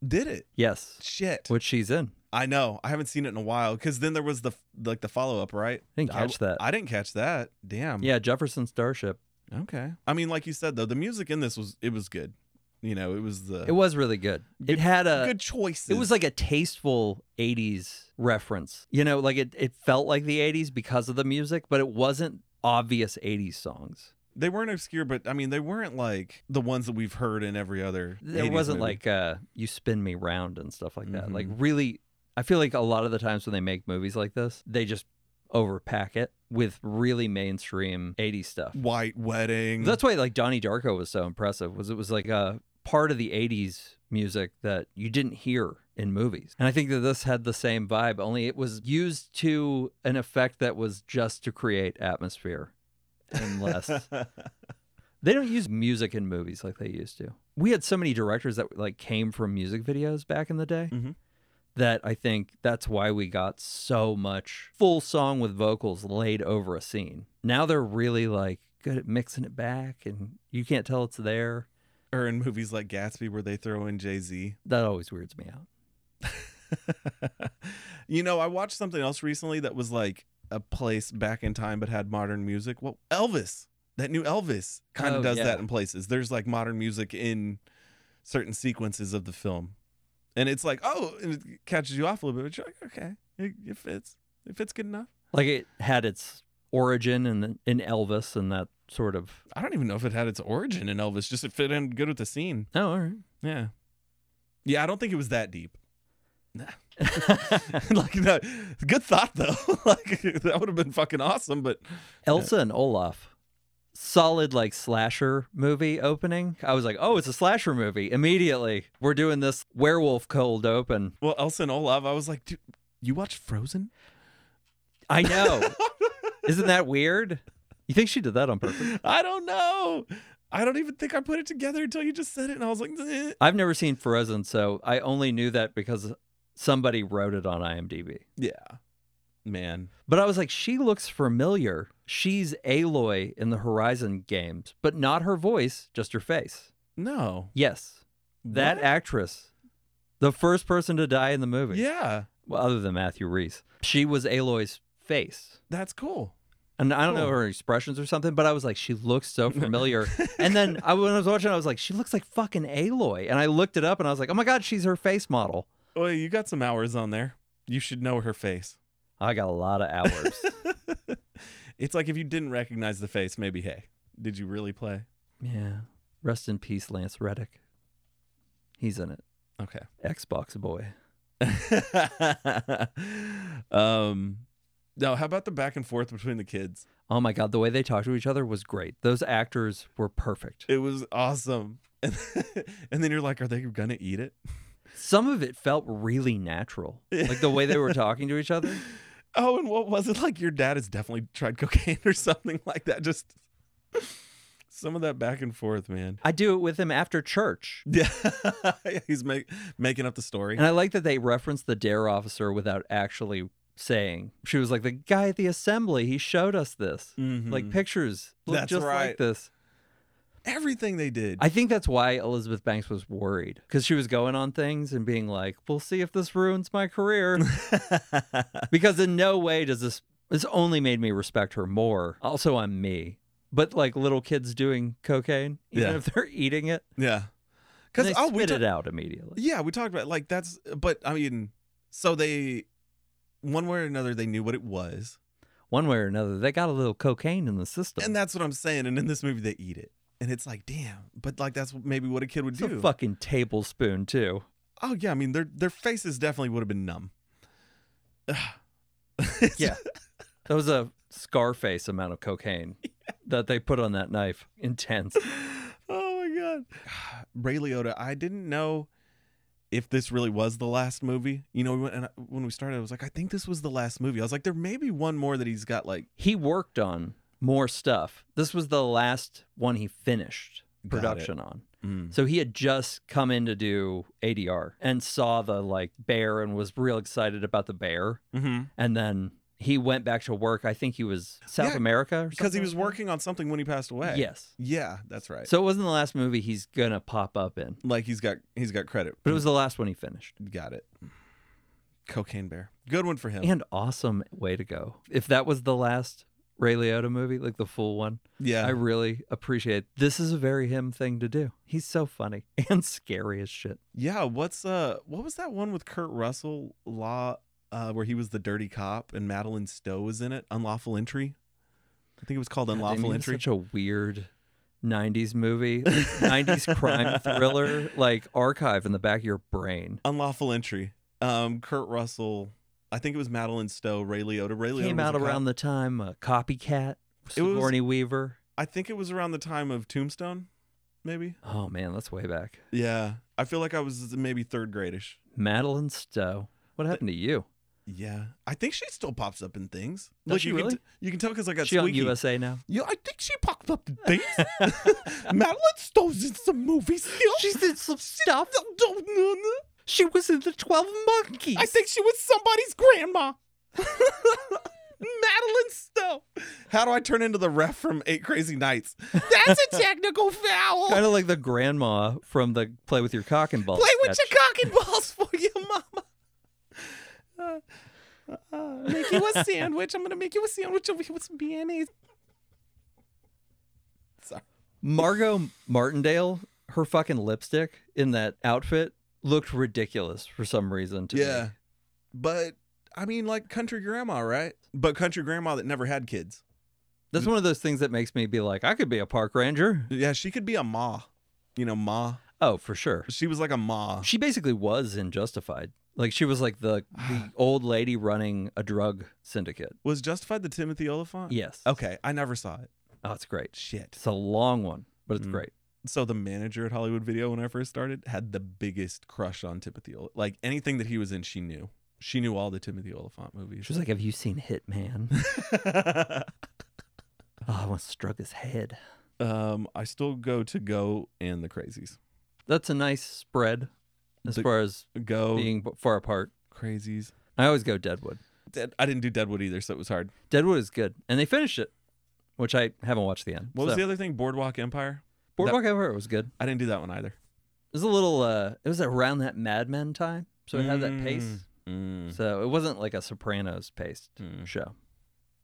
S2: did it.
S1: Yes.
S2: Shit.
S1: Which she's in.
S2: I know. I haven't seen it in a while because then there was the like the follow up, right?
S1: Didn't catch that.
S2: I um, didn't catch that. Damn.
S1: Uh, Yeah, Jefferson Starship.
S2: Okay. I mean, like you said though, the music in this was it was good. You know, it was the
S1: It was really good. It had a
S2: uh, good choices.
S1: it was like a tasteful 80s reference. You know, like it it felt like the 80s because of the music, but it wasn't obvious 80s songs.
S2: they weren't obscure, but I mean, they weren't like the ones that we've heard in every other.
S1: There
S2: 80s
S1: wasn't
S2: movie.
S1: like uh you spin me round and stuff like that.
S2: Mhm.
S1: Like really I feel like a lot of the times when they make movies like this, they just overpack it with really mainstream 80s stuff.
S2: white wedding.
S1: That's why like Donnie Darko was so impressive was it was like a part of the 80s music that you didn't hear in movies. And I think that this had the same vibe only it was used to an effect that was just to create atmosphere and less. they don't use music in movies like they used to. We had so many directors that like came from music videos back in the day.
S2: Mhm.
S1: That I think that's why we got so much full song with vocals laid over a scene. Now they're really like good at mixing it back and you can't tell it's there.
S2: or in movies like Gatsby, where they throw in Jay Z.
S1: That always weirds me out.
S2: you know, I watched something else recently that was like a place back in time but had modern music. Well, Elvis, that new Elvis kind of
S1: Oh,
S2: does
S1: yeah.
S2: that in places. There's like modern music in certain sequences of the film. And it's like, oh, and it catches you off a little bit, but you're like, okay, it, it fits. It fits good enough.
S1: Like it had its origin in in Elvis and that sort of
S2: I don't even know if it had its origin in Elvis, just it fit in good with the scene.
S1: Oh, all right.
S2: Yeah. Yeah, I don't think it was that deep. like that good thought though. like that would have been fucking awesome, but
S1: Elsa and Olaf. Solid like slasher movie opening. I was like, oh, it's a slasher movie. Immediately, we're doing this werewolf cold open.
S2: Well, Elsa and Olaf, I was like, dude, you watch Frozen?
S1: I know. Isn't that weird? You think she did that on purpose?
S2: I don't know. I don't even think I put it together until you just said it, and I was like, eh.
S1: I've never seen Frozen, so I only knew that because somebody wrote it on IMDb.
S2: yeah, man.
S1: But I was like, she looks familiar. She's Aloy in the Horizon games, but not her voice, just her face.
S2: No,
S1: Yes, that
S2: What?
S1: actress, the first person to die in the movie.
S2: yeah,
S1: well, other than Matthew Reese, she was Aloy's face.
S2: that's cool.
S1: And I don't know
S2: Cool.
S1: her expressions or something, but I was like, she looks so familiar. and then I, when I was watching, I was like, she looks like fucking Aloy. And I looked it up and I was like, oh my God, she's her face model.
S2: Well, you got some hours on there. You should know her face.
S1: I got a lot of hours.
S2: It's like if you didn't recognize the face, maybe hey, did you really play?
S1: yeah. Rest in peace, Lance Reddick. He's in it.
S2: Okay.
S1: Xbox boy.
S2: um, no. How about the back and forth between the kids?
S1: Oh my God, the way they talked to each other was great. Those actors were perfect.
S2: It was awesome. And, and then you're like, are they gonna eat it?
S1: Some of it felt really natural, like the way they were talking to each other.
S2: Oh, and what was it like? Your dad has definitely tried cocaine or something like that. Just some of that back and forth, man.
S1: I do it with him after church
S2: Yeah, he's make, making up the story.
S1: And I like that they referenced the dare officer without actually saying. She was like, the guy at the assembly, he showed us this. Like
S2: Mhm.
S1: pictures look
S2: That's
S1: just
S2: right.
S1: like this.
S2: everything they did.
S1: I think that's why Elizabeth Banks was worried because she was going on things and being like, we'll see if this ruins my career. because in no way does this, this only made me respect her more. Also, I'm me. But like little kids doing cocaine, even
S2: Yeah.
S1: if they're eating it,
S2: yeah, because
S1: because
S2: oh,
S1: spit
S2: we
S1: it
S2: ta-
S1: out immediately.
S2: yeah we talked about like that's. But I mean, so they one way or another they knew what it was,
S1: One way or another, they got a little cocaine in the system.
S2: and that's what I'm saying. And in this movie, they eat it, and it's like, damn. But like that's maybe what a kid would
S1: It's
S2: do.
S1: a fucking tablespoon too.
S2: Oh yeah, I mean their their faces definitely would have been numb. It's-
S1: Yeah. That was a Scarface amount of cocaine that they put on that knife. Intense.
S2: Oh my god. Ray Liotta, I didn't know if this really was the last movie. You know, we went, and I- when we started, I was like, I think this was the last movie. I was like, there may be one more that he's got like
S1: He worked on more stuff. This was the last one he finished
S2: Got it.
S1: production on. So he had just come in to do ADR and saw the like bear and was real excited about the bear
S2: Mhm.
S1: and then he went back to work. I think he was South
S2: Yeah,
S1: America or
S2: because he
S1: something
S2: was
S1: like that.
S2: working on something when he passed away.
S1: Yes.
S2: Yeah, that's right.
S1: So it wasn't the last movie he's gonna pop up in,
S2: like he's got he's got credit.
S1: but it was the last one he finished.
S2: got it. Cocaine Bear. Good one for him.
S1: And awesome way to go. If that was the last Ray Liotta movie, like the full one,
S2: yeah.
S1: I really appreciate. This is a very him thing to do. He's so funny and scary as shit.
S2: yeah, what's uh what was that one with Kurt Russell Law uh where he was the dirty cop and Madeline Stowe was in it? Unlawful Entry? I think it was called
S1: God, I
S2: Unlawful
S1: mean, it's
S2: Entry.
S1: Such a weird. 90s movie, like, 90s crime thriller, like archive in the back of your brain.
S2: Unlawful Entry. Um Kurt Russell I think it was Madeline Stowe, Ray Liotta. Ray Liotta
S1: Came
S2: was
S1: out
S2: a cop.
S1: around the time uh, Copycat,
S2: It was-
S1: Sigourney Weaver.
S2: I think it was around the time of Tombstone, maybe.
S1: Oh man, that's way back.
S2: Yeah. I feel like I was maybe third gradish.
S1: Madeline Stowe. What happened to you?
S2: Yeah, I think she still pops up in things.
S1: Does she
S2: you
S1: really?
S2: can t- you can tell because I got
S1: She on
S2: squeaky.
S1: USA now.
S2: Yeah, I think she popped up in things. Madeline Stowe's in some movies. Still.
S1: did some stuff.
S2: Don't- don't- no, no.
S1: She was in the Twelve Monkeys.
S2: I think she was somebody's grandma. Madeline Stowe. How do I turn into the ref from Eight Crazy Nights? That's a technical foul.
S1: kind of like the grandma from the Play with Your Cock and Balls.
S2: Play with
S1: sketch.
S2: your cock and balls for your mama. Uh, uh, make you a sandwich. I'm gonna make you a sandwich over here with some mayonnaise. Sorry.
S1: Margot Martindale. Her fucking lipstick in that outfit looked ridiculous for some reason. To me.
S2: Yeah, but I mean, like country grandma, right? But country grandma that never had kids.
S1: that's one of those things that makes me be like, I could be a park ranger.
S2: Yeah, she could be a ma. You know, ma.
S1: Oh, for sure.
S2: She was like a ma.
S1: She basically was in Justified. Like she was like the the old lady running a drug syndicate.
S2: Was Justified the Timothy Oliphant?
S1: Yes.
S2: Okay, I never saw it.
S1: Oh, it's great.
S2: Shit.
S1: It's a long one, but it's
S2: Mm.
S1: great.
S2: so the manager at Hollywood Video when I first started had the biggest crush on Timothy. Ol- Like anything that he was in, she knew. She knew all the Timothy Oliphant movies.
S1: She was like, "Have you seen Hitman? oh, I want to stroke his head."
S2: um, I still go to Go and the Crazies.
S1: That's a nice spread as
S2: The-
S1: far as
S2: Go
S1: being b- far apart.
S2: Crazies.
S1: I always go Deadwood.
S2: Dead, I didn't do Deadwood either, so it was hard.
S1: Deadwood is good, and they finished it, which I haven't watched the end.
S2: What was
S1: So,
S2: the other thing? Boardwalk Empire.
S1: Boardwalk Empire was good.
S2: I didn't do that one either.
S1: It was a little. uh It was around that Mad Men time, so it had that pace.
S2: Mm,
S1: So it wasn't like a Sopranos paced
S2: mm.
S1: show.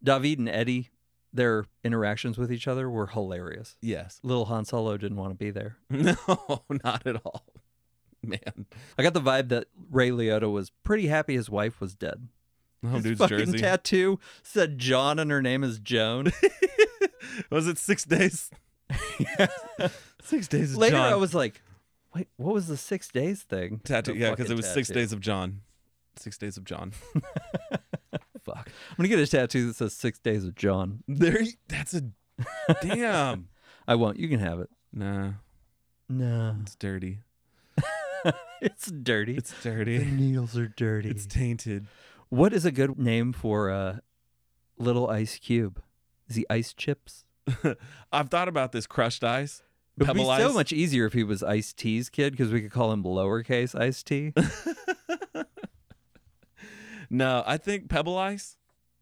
S1: David and Eddie, their interactions with each other were hilarious.
S2: Yes.
S1: Little Han Solo didn't want to be there.
S2: No, not at all. Man.
S1: I got the vibe that Ray Liotta was pretty happy his wife was dead.
S2: Oh,
S1: his
S2: dude's
S1: fucking
S2: jersey.
S1: tattoo said John and her name is Joan.
S2: was it six days? Six days. Of
S1: Later,
S2: John.
S1: I was like, "Wait, what was the six days thing?"
S2: Tattoo,
S1: The
S2: yeah, because
S1: fucking
S2: it was six
S1: tattoo.
S2: days of John. Six days of John.
S1: Fuck, I'm gonna get a tattoo that says six days of John.
S2: There, y- that's a damn.
S1: I won't. You can have it.
S2: Nah,
S1: No,
S2: it's dirty.
S1: it's dirty.
S2: It's dirty.
S1: needles are dirty.
S2: It's tainted.
S1: what is a good name for uh, little ice cube? Is he ice chips?
S2: I've thought about this crushed ice,
S1: It would be
S2: pebble ice.
S1: so much easier if he was Ice T's kid because we could call him lowercase Ice T.
S2: No, I think pebble ice,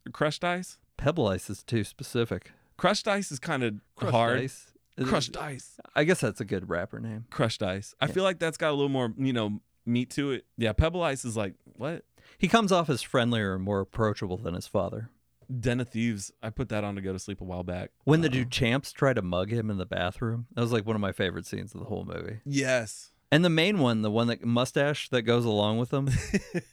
S2: or crushed ice.
S1: Pebble ice is too specific.
S2: Crushed ice is kind of hard.
S1: ice. Is-
S2: Crushed ice.
S1: I guess that's a good rapper name.
S2: Crushed ice. I
S1: Yeah.
S2: feel like that's got a little more, you know, meat to it. Yeah, pebble ice is like what?
S1: He comes off as friendlier and more approachable than his father.
S2: Den of Thieves. I put that on to go to sleep a while back.
S1: When the
S2: Uh,
S1: Duchamps try to mug him in the bathroom, that was like one of my favorite scenes of the whole movie.
S2: Yes.
S1: And the main one, the one that mustache that goes along with him,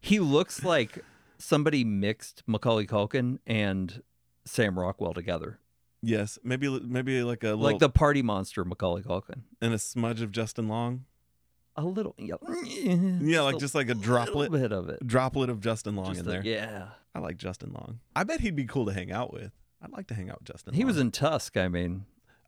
S1: he looks like somebody mixed Macaulay Culkin and Sam Rockwell together,
S2: Yes, maybe maybe like a little,
S1: like the party monster Macaulay Culkin.
S2: and a smudge of Justin Long.
S1: A little, yeah,
S2: Yeah, like just like a droplet
S1: little bit of it.
S2: droplet of Justin Long
S1: Just
S2: in
S1: the-
S2: there.
S1: yeah.
S2: I like Justin Long. I bet he'd be cool to hang out with. I'd like to hang out with Justin.
S1: He was
S2: Long.
S1: in Tusk. I mean,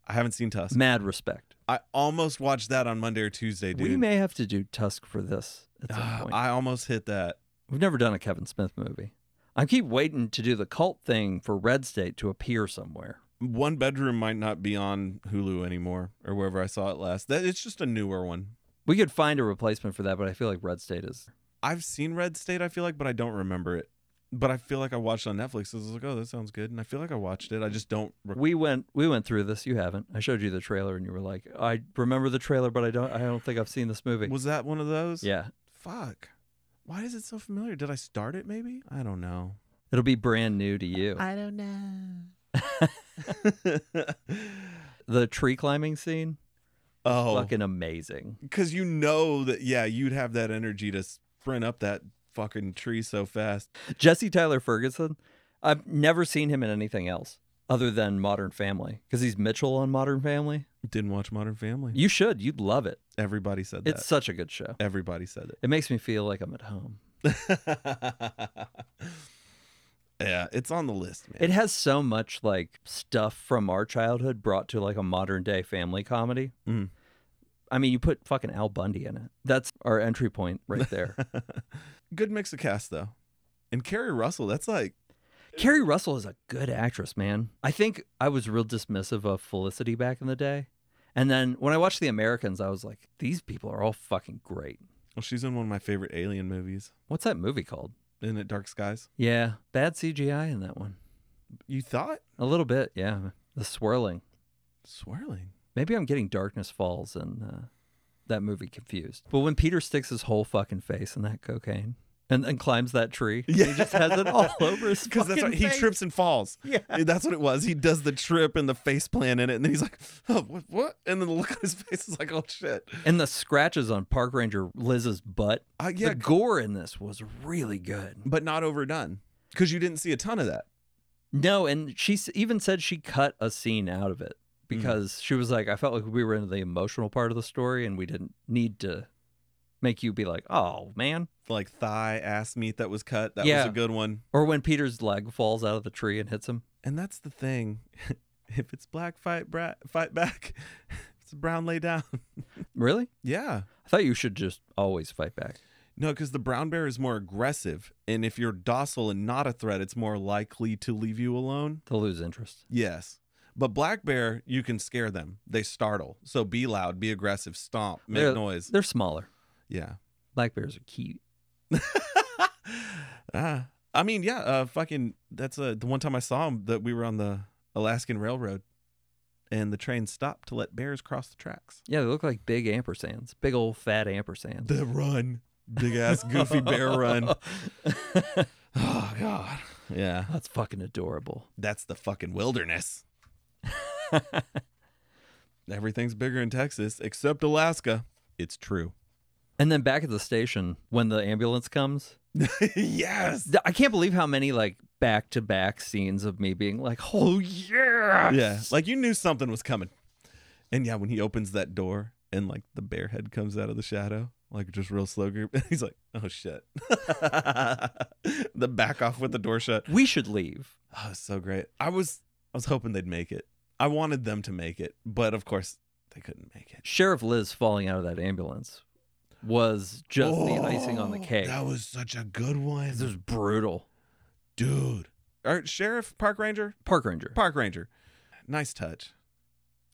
S2: I haven't seen Tusk.
S1: mad respect.
S2: I almost watched that on Monday or Tuesday, dude. Ah, Uh,
S1: We may have to do Tusk for this at some point.
S2: I almost hit that.
S1: We've never done a Kevin Smith movie. I keep waiting to do the cult thing for Red State to appear somewhere.
S2: One bedroom might not be on Hulu anymore or wherever I saw it last. That it's just a newer one.
S1: We could find a replacement for that, but I feel like Red State is.
S2: I've seen Red State, I feel like, but I don't remember it. but I feel like I watched it on Netflix. So I was like, oh, that sounds good, and I feel like I watched it. I just don't. Rec-
S1: We went we went through this. You haven't. I showed you the trailer, and you were like, "I remember the trailer, but I don't. I don't think I've seen this movie."
S2: was that one of those?
S1: yeah,
S2: Fuck. Why is it so familiar? Did I start it? Maybe I don't know.
S1: it'll be brand new to you.
S2: I don't know.
S1: the tree climbing scene,
S2: oh,
S1: fucking amazing.
S2: because you know that. Yeah, you'd have that energy to sprint up that fucking tree so fast.
S1: Jesse Tyler Ferguson. I've never seen him in anything else other than Modern Family because he's Mitchell on Modern Family.
S2: Didn't watch Modern Family.
S1: You should. You'd love it.
S2: Everybody said that.
S1: It's such a good show.
S2: Everybody said it.
S1: It makes me feel like I'm at home.
S2: yeah, it's on the list, man.
S1: It has so much like stuff from our childhood brought to like a modern day family comedy.
S2: Mm.
S1: I mean, you put fucking Al Bundy in it. That's our entry point right there.
S2: Good mix of cast though, and Carrie Russell. That's like
S1: Carrie Russell is a good actress, man. I think I was real dismissive of Felicity back in the day. And then when I watched The Americans, I was like, these people are all fucking great.
S2: well, she's in one of my favorite Alien movies.
S1: What's that movie called?
S2: Isn't it Dark Skies?
S1: Yeah, bad CGI in that one.
S2: You thought
S1: A little bit, yeah. The swirling.
S2: swirling.
S1: Maybe I'm getting Darkness Falls and uh, that movie confused. But when Peter sticks his whole fucking face in that cocaine and then climbs that tree, he just has it all over his
S2: Because that's
S1: fucking
S2: what he
S1: face.
S2: trips and falls. Yeah, that's what it was. He does the trip and the face plan in it, and then he's like, oh, "What? What?" And then the look on his face is like, "Oh shit."
S1: And the scratches on Park Ranger Liz's butt.
S2: Uh, yeah,
S1: the gore in this was really good.
S2: but not overdone because you didn't see a ton of that.
S1: No, and she s- even said she cut a scene out of it because she was like, I felt like we were in the emotional part of the story and we didn't need to make you be like, oh, man.
S2: Like thigh ass meat that was cut. That
S1: Yeah.
S2: was a good one.
S1: Or when Peter's leg falls out of the tree and hits him.
S2: And that's the thing. if it's black, fight bra- fight back. If it's brown, lay down.
S1: Really?
S2: yeah.
S1: I thought you should just always fight back.
S2: No, because the brown bear is more aggressive, and if you're docile and not a threat, it's more likely to leave you alone.
S1: They'll lose interest.
S2: Yes. But black bear, you can scare them. They startle. So be loud, be aggressive, stomp, make
S1: They're-
S2: noise.
S1: They're smaller.
S2: Yeah.
S1: Black bears are cute.
S2: ah, I mean, yeah, uh, fucking. That's uh, the one time I saw him that we were on the Alaskan Railroad, and the train stopped to let bears cross the tracks.
S1: Yeah, they look like big ampersands, big old fat ampersands.
S2: The run, big ass goofy bear run. Oh god. Yeah,
S1: That's fucking adorable.
S2: that's the fucking wilderness. Everything's bigger in Texas except Alaska. It's true.
S1: And then back at the station, when the ambulance comes,
S2: yes.
S1: Th- I can't believe how many like back to back scenes of me being like, "Oh yeah,
S2: Yeah, like you knew something was coming. And yeah, when he opens that door and like the bear head comes out of the shadow, like just real slow group, he's like, oh shit. the back off with the door shut.
S1: we should leave."
S2: Oh, it's so great. I was I was hoping they'd make it. I wanted them to make it, but of course they couldn't make it.
S1: Sheriff Liz falling out of that ambulance was just the icing on the
S2: Oh,
S1: cake.
S2: That was such a good one.
S1: This was brutal.
S2: Dude. Or Sheriff, Park Ranger?
S1: Park Ranger.
S2: Park Ranger. Nice touch.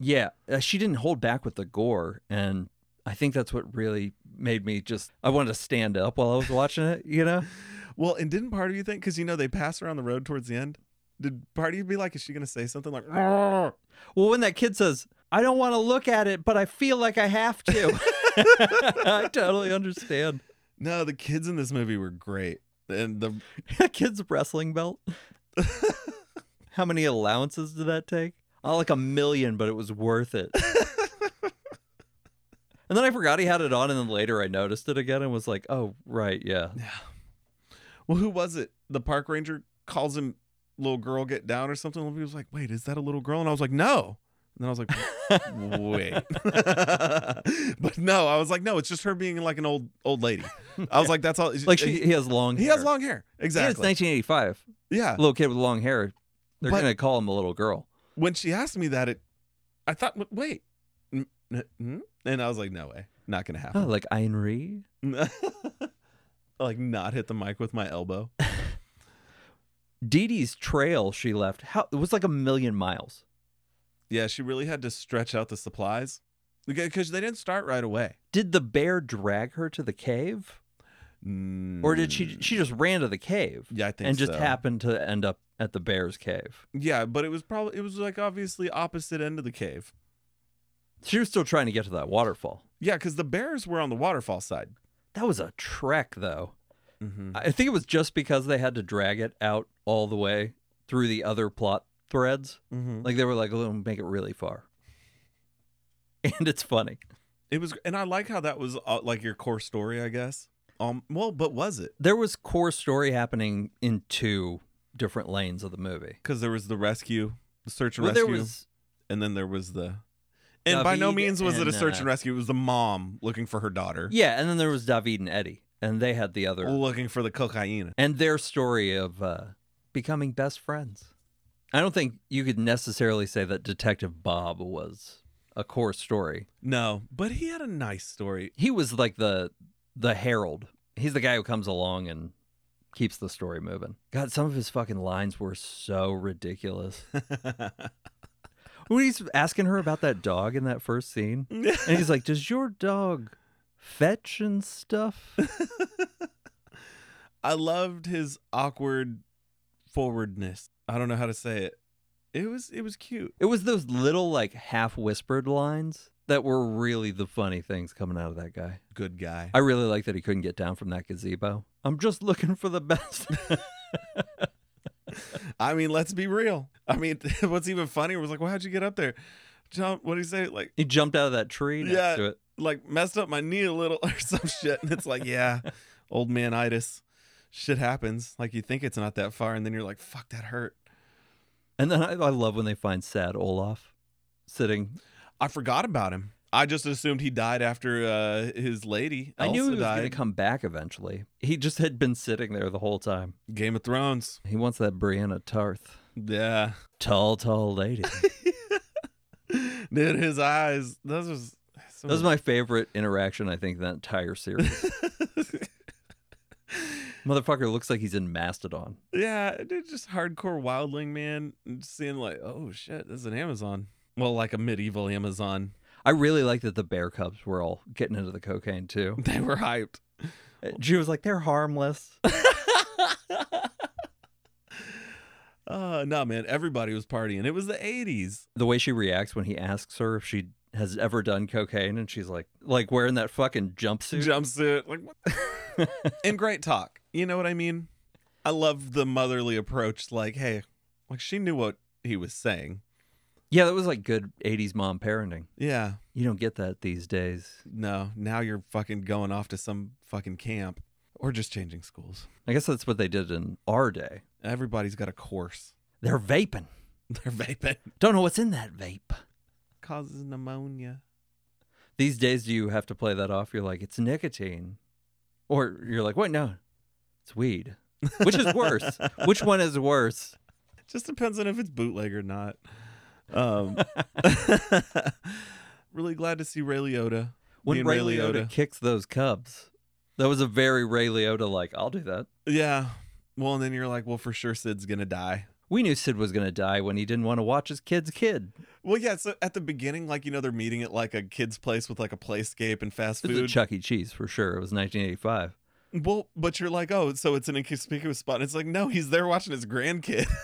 S1: yeah, uh, she didn't hold back with the gore, and I think that's what really made me just. I wanted to stand up while I was watching it. You know,
S2: Well, and didn't part of you think because you know they pass her on the road towards the end? Did part of you be like, is she gonna say something like? "Arr"?
S1: well, when that kid says, "I don't want to look at it, but I feel like I have to," I totally understand.
S2: No, the kids in this movie were great, and the
S1: kid's wrestling belt. How many allowances did that take? Oh, like a million, but it was worth it. and then I forgot he had it on, and then later I noticed it again and was like, "Oh, right, yeah."
S2: well, who was it? The park ranger calls him little girl, get down or something. And he was like, wait, is that a little girl? And I was like, no. And then I was like, wait, but no, I was like, no, it's just her being like an old old lady. I was like, that's all. uh,
S1: Like she, he has long.
S2: he
S1: hair.
S2: has long hair,
S1: And
S2: exactly.
S1: it's 1985.
S2: yeah,
S1: Little kid with long hair. They're
S2: But-
S1: gonna call him a little girl.
S2: when she asked me that, it, I thought, "W- wait, n- n- hmm?" and I was like, no way, not gonna
S1: Oh,
S2: happen.
S1: like Ayn Rand.
S2: like, not hit the mic with my elbow.
S1: Dee Dee's trail she left. How it was like a million miles.
S2: Yeah, she really had to stretch out the supplies because they didn't start right away.
S1: Did the bear drag her to the cave? Or did she she just ran to the cave
S2: Mm, Yeah, I think
S1: and just
S2: so.
S1: happened to end up at the bear's cave?
S2: Yeah, but it was probably it was like obviously opposite end of the cave.
S1: She was still trying to get to that waterfall.
S2: Yeah, because the bears were on the waterfall side.
S1: That was a trek though.
S2: Mm-hmm.
S1: I think it was just because they had to drag it out all the way through the other plot threads.
S2: Mm-hmm.
S1: Like they were like, "We'll make it really far." And it's funny.
S2: It was, and I like how that was uh, like your core story, I guess. Um, well, but was it?
S1: There was core story happening in two different lanes of the movie.
S2: Because there was the rescue, the search and
S1: Well, there
S2: rescue,
S1: was
S2: and then there was the. And by no
S1: David
S2: means was it a
S1: and,
S2: search and
S1: uh,
S2: rescue. It was the mom looking for her daughter,
S1: yeah, and then there was David and Eddie, and they had the other
S2: looking for the cocaine.
S1: and their story of uh, becoming best friends. I don't think you could necessarily say that Detective Bob was a core story.
S2: No, but he had a nice story.
S1: He was like the the herald. He's the guy who comes along and keeps the story moving. God, some of his fucking lines were so ridiculous. When he's asking her about that dog in that first scene, and he's like, "Does your dog fetch and stuff?"
S2: I loved his awkward forwardness. I don't know how to say it. It was it was cute.
S1: It was those little like half whispered lines that were really the funny things coming out of that guy.
S2: Good guy.
S1: I really like that he couldn't get down from that gazebo. I'm just looking for the best.
S2: I mean, let's be real. I mean, what's even funnier was like, well, how'd you get up there? John, what do you say? Like,
S1: he jumped out of that tree next
S2: Yeah.
S1: to it.
S2: like messed up my knee a little or some shit. And it's like, yeah, old manitis. Shit happens. Like you think it's not that far, and then you're like, fuck, that hurt.
S1: And then I, I love when they find sad Olaf sitting.
S2: I forgot about him. I just assumed he died after uh, his lady.
S1: I knew he
S2: Elsa
S1: was going to
S2: died.
S1: come back eventually. He just had been sitting there the whole time.
S2: Game of Thrones.
S1: He wants that Brianna Tarth.
S2: Yeah.
S1: Tall, tall lady.
S2: Dude, his eyes. Those was.
S1: that was my favorite interaction, I think, in that entire series. Motherfucker looks like he's in Mastodon.
S2: yeah, dude, just hardcore wildling, man. And just Seeing like, oh shit, this is an Amazon. Well, like a medieval Amazon.
S1: I really like that the bear cubs were all getting into the cocaine too.
S2: They were hyped.
S1: She was like, they're harmless.
S2: Uh, no, man, everybody was partying. It was the 80s.
S1: the way she reacts when he asks her if she has ever done cocaine and she's like like wearing that fucking jumpsuit
S2: Jumpsuit. Like, what? and great talk. You know what I mean? I love the motherly approach. Like, hey, like she knew what he was saying.
S1: yeah that was like good 80s mom parenting
S2: Yeah.
S1: you don't get that these days
S2: No, now you're fucking going off to some fucking camp or just changing schools.
S1: i guess that's what they did in our day
S2: Everybody's got a course.
S1: they're vaping
S2: They're vaping.
S1: don't know what's in that vape
S2: Causes pneumonia.
S1: these days do you have to play that off you're like it's nicotine or you're like what no it's weed which is worse which one is worse
S2: Just depends on if it's bootleg or not. Um, really glad to see Ray Liotta.
S1: when
S2: being
S1: ray liotta kicks those cubs that was a very ray liotta like i'll do that
S2: Yeah. Well, and then you're like, well, for sure Sid's gonna die.
S1: We knew Sid was going to die when he didn't want to watch his kid's kid.
S2: Well, yeah. So at the beginning, like you know, they're meeting at like a kid's place with like a playscape and fast
S1: It was a
S2: food.
S1: Chuck E. Cheese for sure. It was 1985.
S2: well, but you're like, oh, so it's an inconspicuous spot. And it's like, no, he's there watching his grandkid.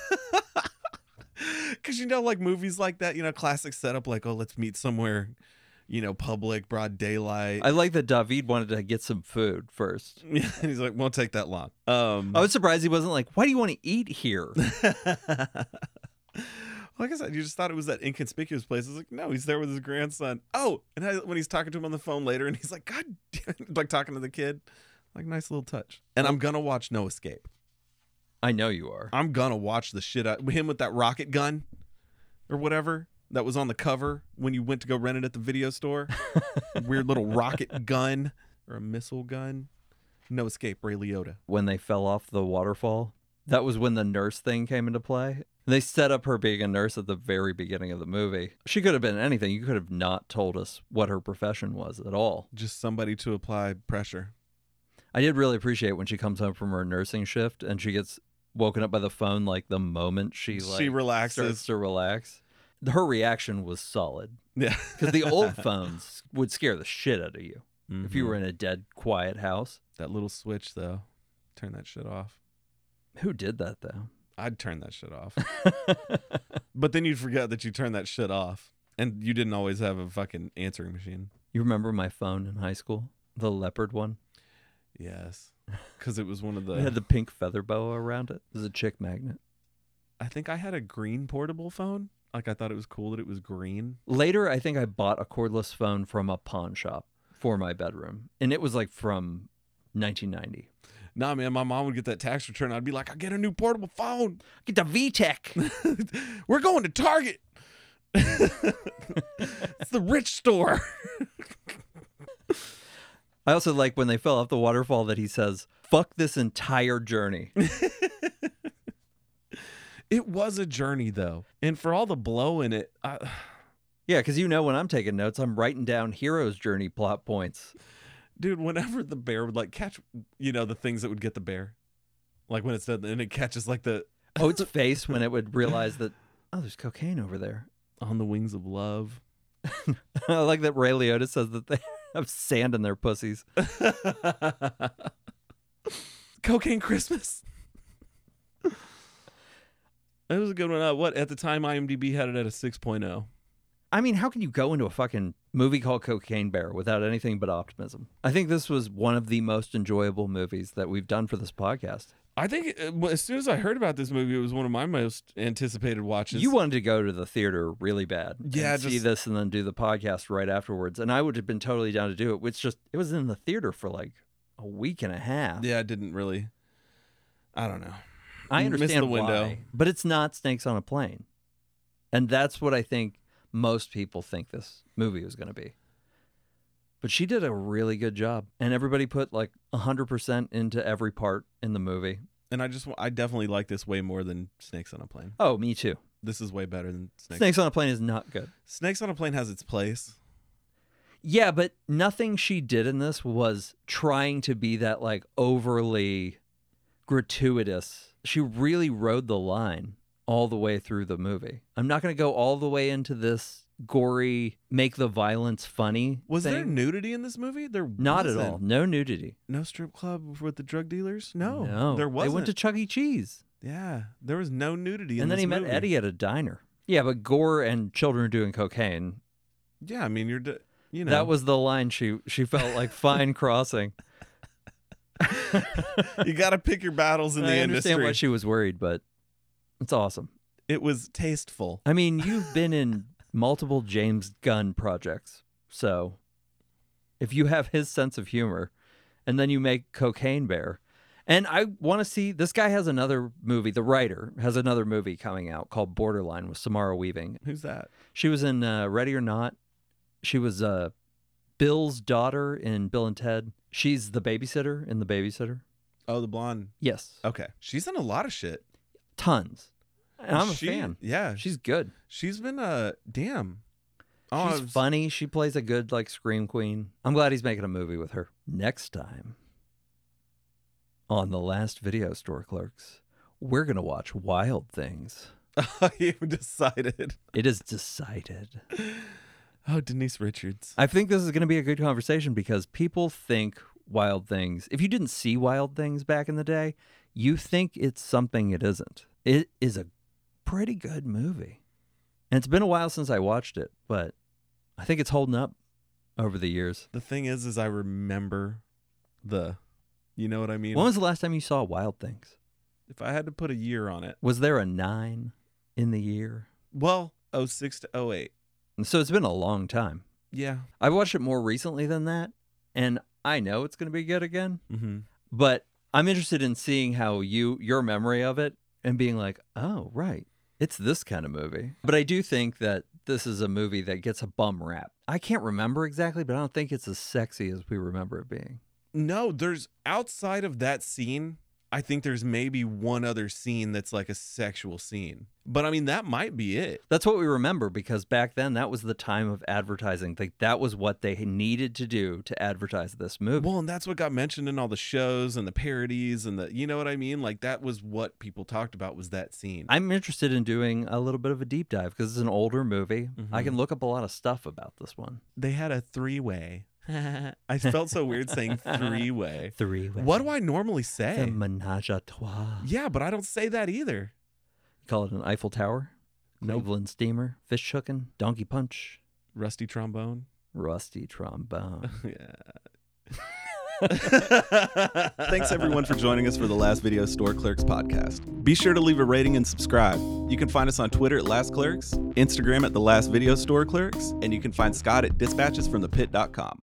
S2: Because you know, like movies like that, you know, classic setup, like, oh, let's meet somewhere, you know, public, broad daylight.
S1: I like that David wanted to get some food first.
S2: and he's like, won't take that long. Um,
S1: I was surprised he wasn't like, "Why do you want to eat here?"
S2: like I said, you just thought it was that inconspicuous place. It's like, no, he's there with his grandson. Oh, and I, when he's talking to him on the phone later, and he's like, God damn it, like talking to the kid. Like, nice little touch. And I'm going to watch No Escape.
S1: I know you are.
S2: I'm going to watch the shit out him with that rocket gun or whatever that was on the cover when you went to go rent it at the video store. Weird little rocket gun or a missile gun. No Escape, Ray Liotta.
S1: When they fell off the waterfall, that was when the nurse thing came into play. They set up her being a nurse at the very beginning of the movie. She could have been anything. You could have not told us what her profession was at all.
S2: Just somebody to apply pressure.
S1: I did really appreciate when she comes home from her nursing shift and she gets woken up by the phone like the moment she like
S2: She relaxes.
S1: starts to relax. Her reaction was solid
S2: Yeah.
S1: Mm-hmm.
S2: Mm-hmm.
S1: because the old phones would scare the shit out of you if you were in a dead quiet house.
S2: That little switch though, turn that shit off.
S1: Who did that though?
S2: I'd turn that shit off. but then you'd forget that you turned that shit off, and you didn't always have a fucking answering machine.
S1: You remember my phone in high school? The leopard one?
S2: Yes, because it was one of the.
S1: It had the pink feather boa around it. It was a chick magnet.
S2: I think I had a green portable phone. Like I thought it was cool that it was green.
S1: Later, I think I bought a cordless phone from a pawn shop for my bedroom, and it was like from 1990.
S2: Nah, man, my mom would get that tax return. I'd be like, I get a new portable phone.
S1: Get the VTech.
S2: We're going to Target. it's the rich store.
S1: I also like when they fell off the waterfall that he says, "Fuck this entire journey."
S2: It was a journey though, and for all the blow in it, I,
S1: yeah, because you know when I'm taking notes, I'm writing down hero's journey plot points.
S2: dude. Whenever the bear would like catch, you know, the things that would get the bear, like when it's done, and it catches like the
S1: Oh, its face when it would realize that oh, there's cocaine over there.
S2: on the wings of love.
S1: I like that Ray Liotta says that they have sand in their pussies.
S2: Cocaine Christmas. That was a good one. Uh, what at the time IMDb had it at a oh. 6.0.
S1: I mean, how can you go into a fucking movie called Cocaine Bear without anything but optimism? I think this was one of the most enjoyable movies that we've done for this podcast.
S2: I think uh, well, as soon as I heard about this movie, it was one of my most anticipated watches.
S1: you wanted to go to the theater really bad. and
S2: Yeah,
S1: see
S2: just-
S1: this and then do the podcast right afterwards. And I would have been totally down to do it. It's just, it was in the theater for like a week and a half.
S2: yeah, I didn't really. I don't know.
S1: I
S2: Missed the
S1: understand
S2: window.
S1: why, but it's not Snakes on a Plane, and that's what I think most people think this movie was going to be. But she did a really good job, and everybody put like hundred percent into every part in the movie.
S2: And I just wa- I definitely like this way more than Snakes on a Plane.
S1: Oh, me too.
S2: This is way better than Snakes.
S1: Snakes on a Plane is not good.
S2: Snakes on a Plane has its place.
S1: Yeah, but nothing she did in this was trying to be that like overly gratuitous. She really rode the line all the way through the movie. I'm not going to go all the way into this gory make the violence funny.
S2: Was there
S1: thing.
S2: nudity in this movie? There
S1: not at
S2: wasn't.
S1: all. No nudity.
S2: No strip club with the drug dealers. No,
S1: no.
S2: there wasn't.
S1: They went to Chuck E. Cheese.
S2: yeah, there was no nudity. in
S1: And then
S2: this
S1: he met
S2: movie.
S1: Eddie at a diner. Yeah, but gore and children doing cocaine
S2: Yeah, I mean you're, d- you know,
S1: That was the line she she felt like fine crossing.
S2: you got to pick your battles in the
S1: I
S2: industry.
S1: understand why she was worried, but it's awesome.
S2: it was tasteful.
S1: I mean, you've been in multiple James Gunn projects, so if you have his sense of humor, and then you make Cocaine Bear, and I want to see this guy has another movie. The writer has another movie coming out called Borderline with Samara Weaving.
S2: Who's that?
S1: She was in uh, Ready or Not. She was uh, Bill's daughter in Bill and Ted. She's the babysitter in The Babysitter.
S2: Oh, the blonde.
S1: Yes,
S2: Okay, she's in a lot of shit.
S1: tons. And I'm a
S2: She-
S1: fan.
S2: Yeah,
S1: She's good.
S2: she's been uh, damn. Oh, I
S1: She's
S2: was-
S1: funny. She plays a good like scream queen. I'm glad he's making a movie with her. Next time on the last video store clerks, we're gonna watch Wild Things.
S2: you decided.
S1: It is decided.
S2: Oh, Denise Richards.
S1: I think this is gonna be a good conversation because people think Wild Things. If you didn't see Wild Things back in the day, you think it's something it isn't. It is a pretty good movie, and it's been a while since I watched it, but I think it's holding up over the years.
S2: The thing is, is I remember the, you know what I mean.
S1: When was the last time you saw Wild Things?
S2: if I had to put a year on it,
S1: Was there a nine in the year?
S2: well, 06 to 08.
S1: And so it's been a long time.
S2: Yeah.
S1: I watched it more recently than that, and I know it's going to be good again.
S2: Mm-hmm.
S1: But I'm interested in seeing how you your memory of it and being like, oh right, it's this kind of movie. But I do think that this is a movie that gets a bum rap. I can't remember exactly, but I don't think it's as sexy as we remember it being.
S2: No, there's outside of that scene. I think there's maybe one other scene that's like a sexual scene, but I mean that might be it.
S1: That's what we remember because back then that was the time of advertising. Like that was what they needed to do to advertise this movie.
S2: Well, and that's what got mentioned in all the shows and the parodies and the, you know what I mean? Like that was what people talked about was that scene.
S1: I'm interested in doing a little bit of a deep dive because it's an older movie. I
S2: Mhm.
S1: can look up a lot of stuff about this one.
S2: they had a three way. I felt so weird saying three way.
S1: Three.
S2: What do I normally say?
S1: The menage a trois.
S2: yeah, but I don't say that either.
S1: Call it an Eiffel Tower,
S2: Nope.
S1: Cleveland steamer, fish hooking, donkey punch,
S2: Rusty trombone.
S1: rusty trombone.
S2: yeah.
S3: Thanks everyone for joining us for the Last Video Store Clerks podcast. Be sure to leave a rating and subscribe. You can find us on Twitter at Last Clerks, Instagram at the Last Video Store Clerks, and you can find Scott at dispatchesfromthepit.com.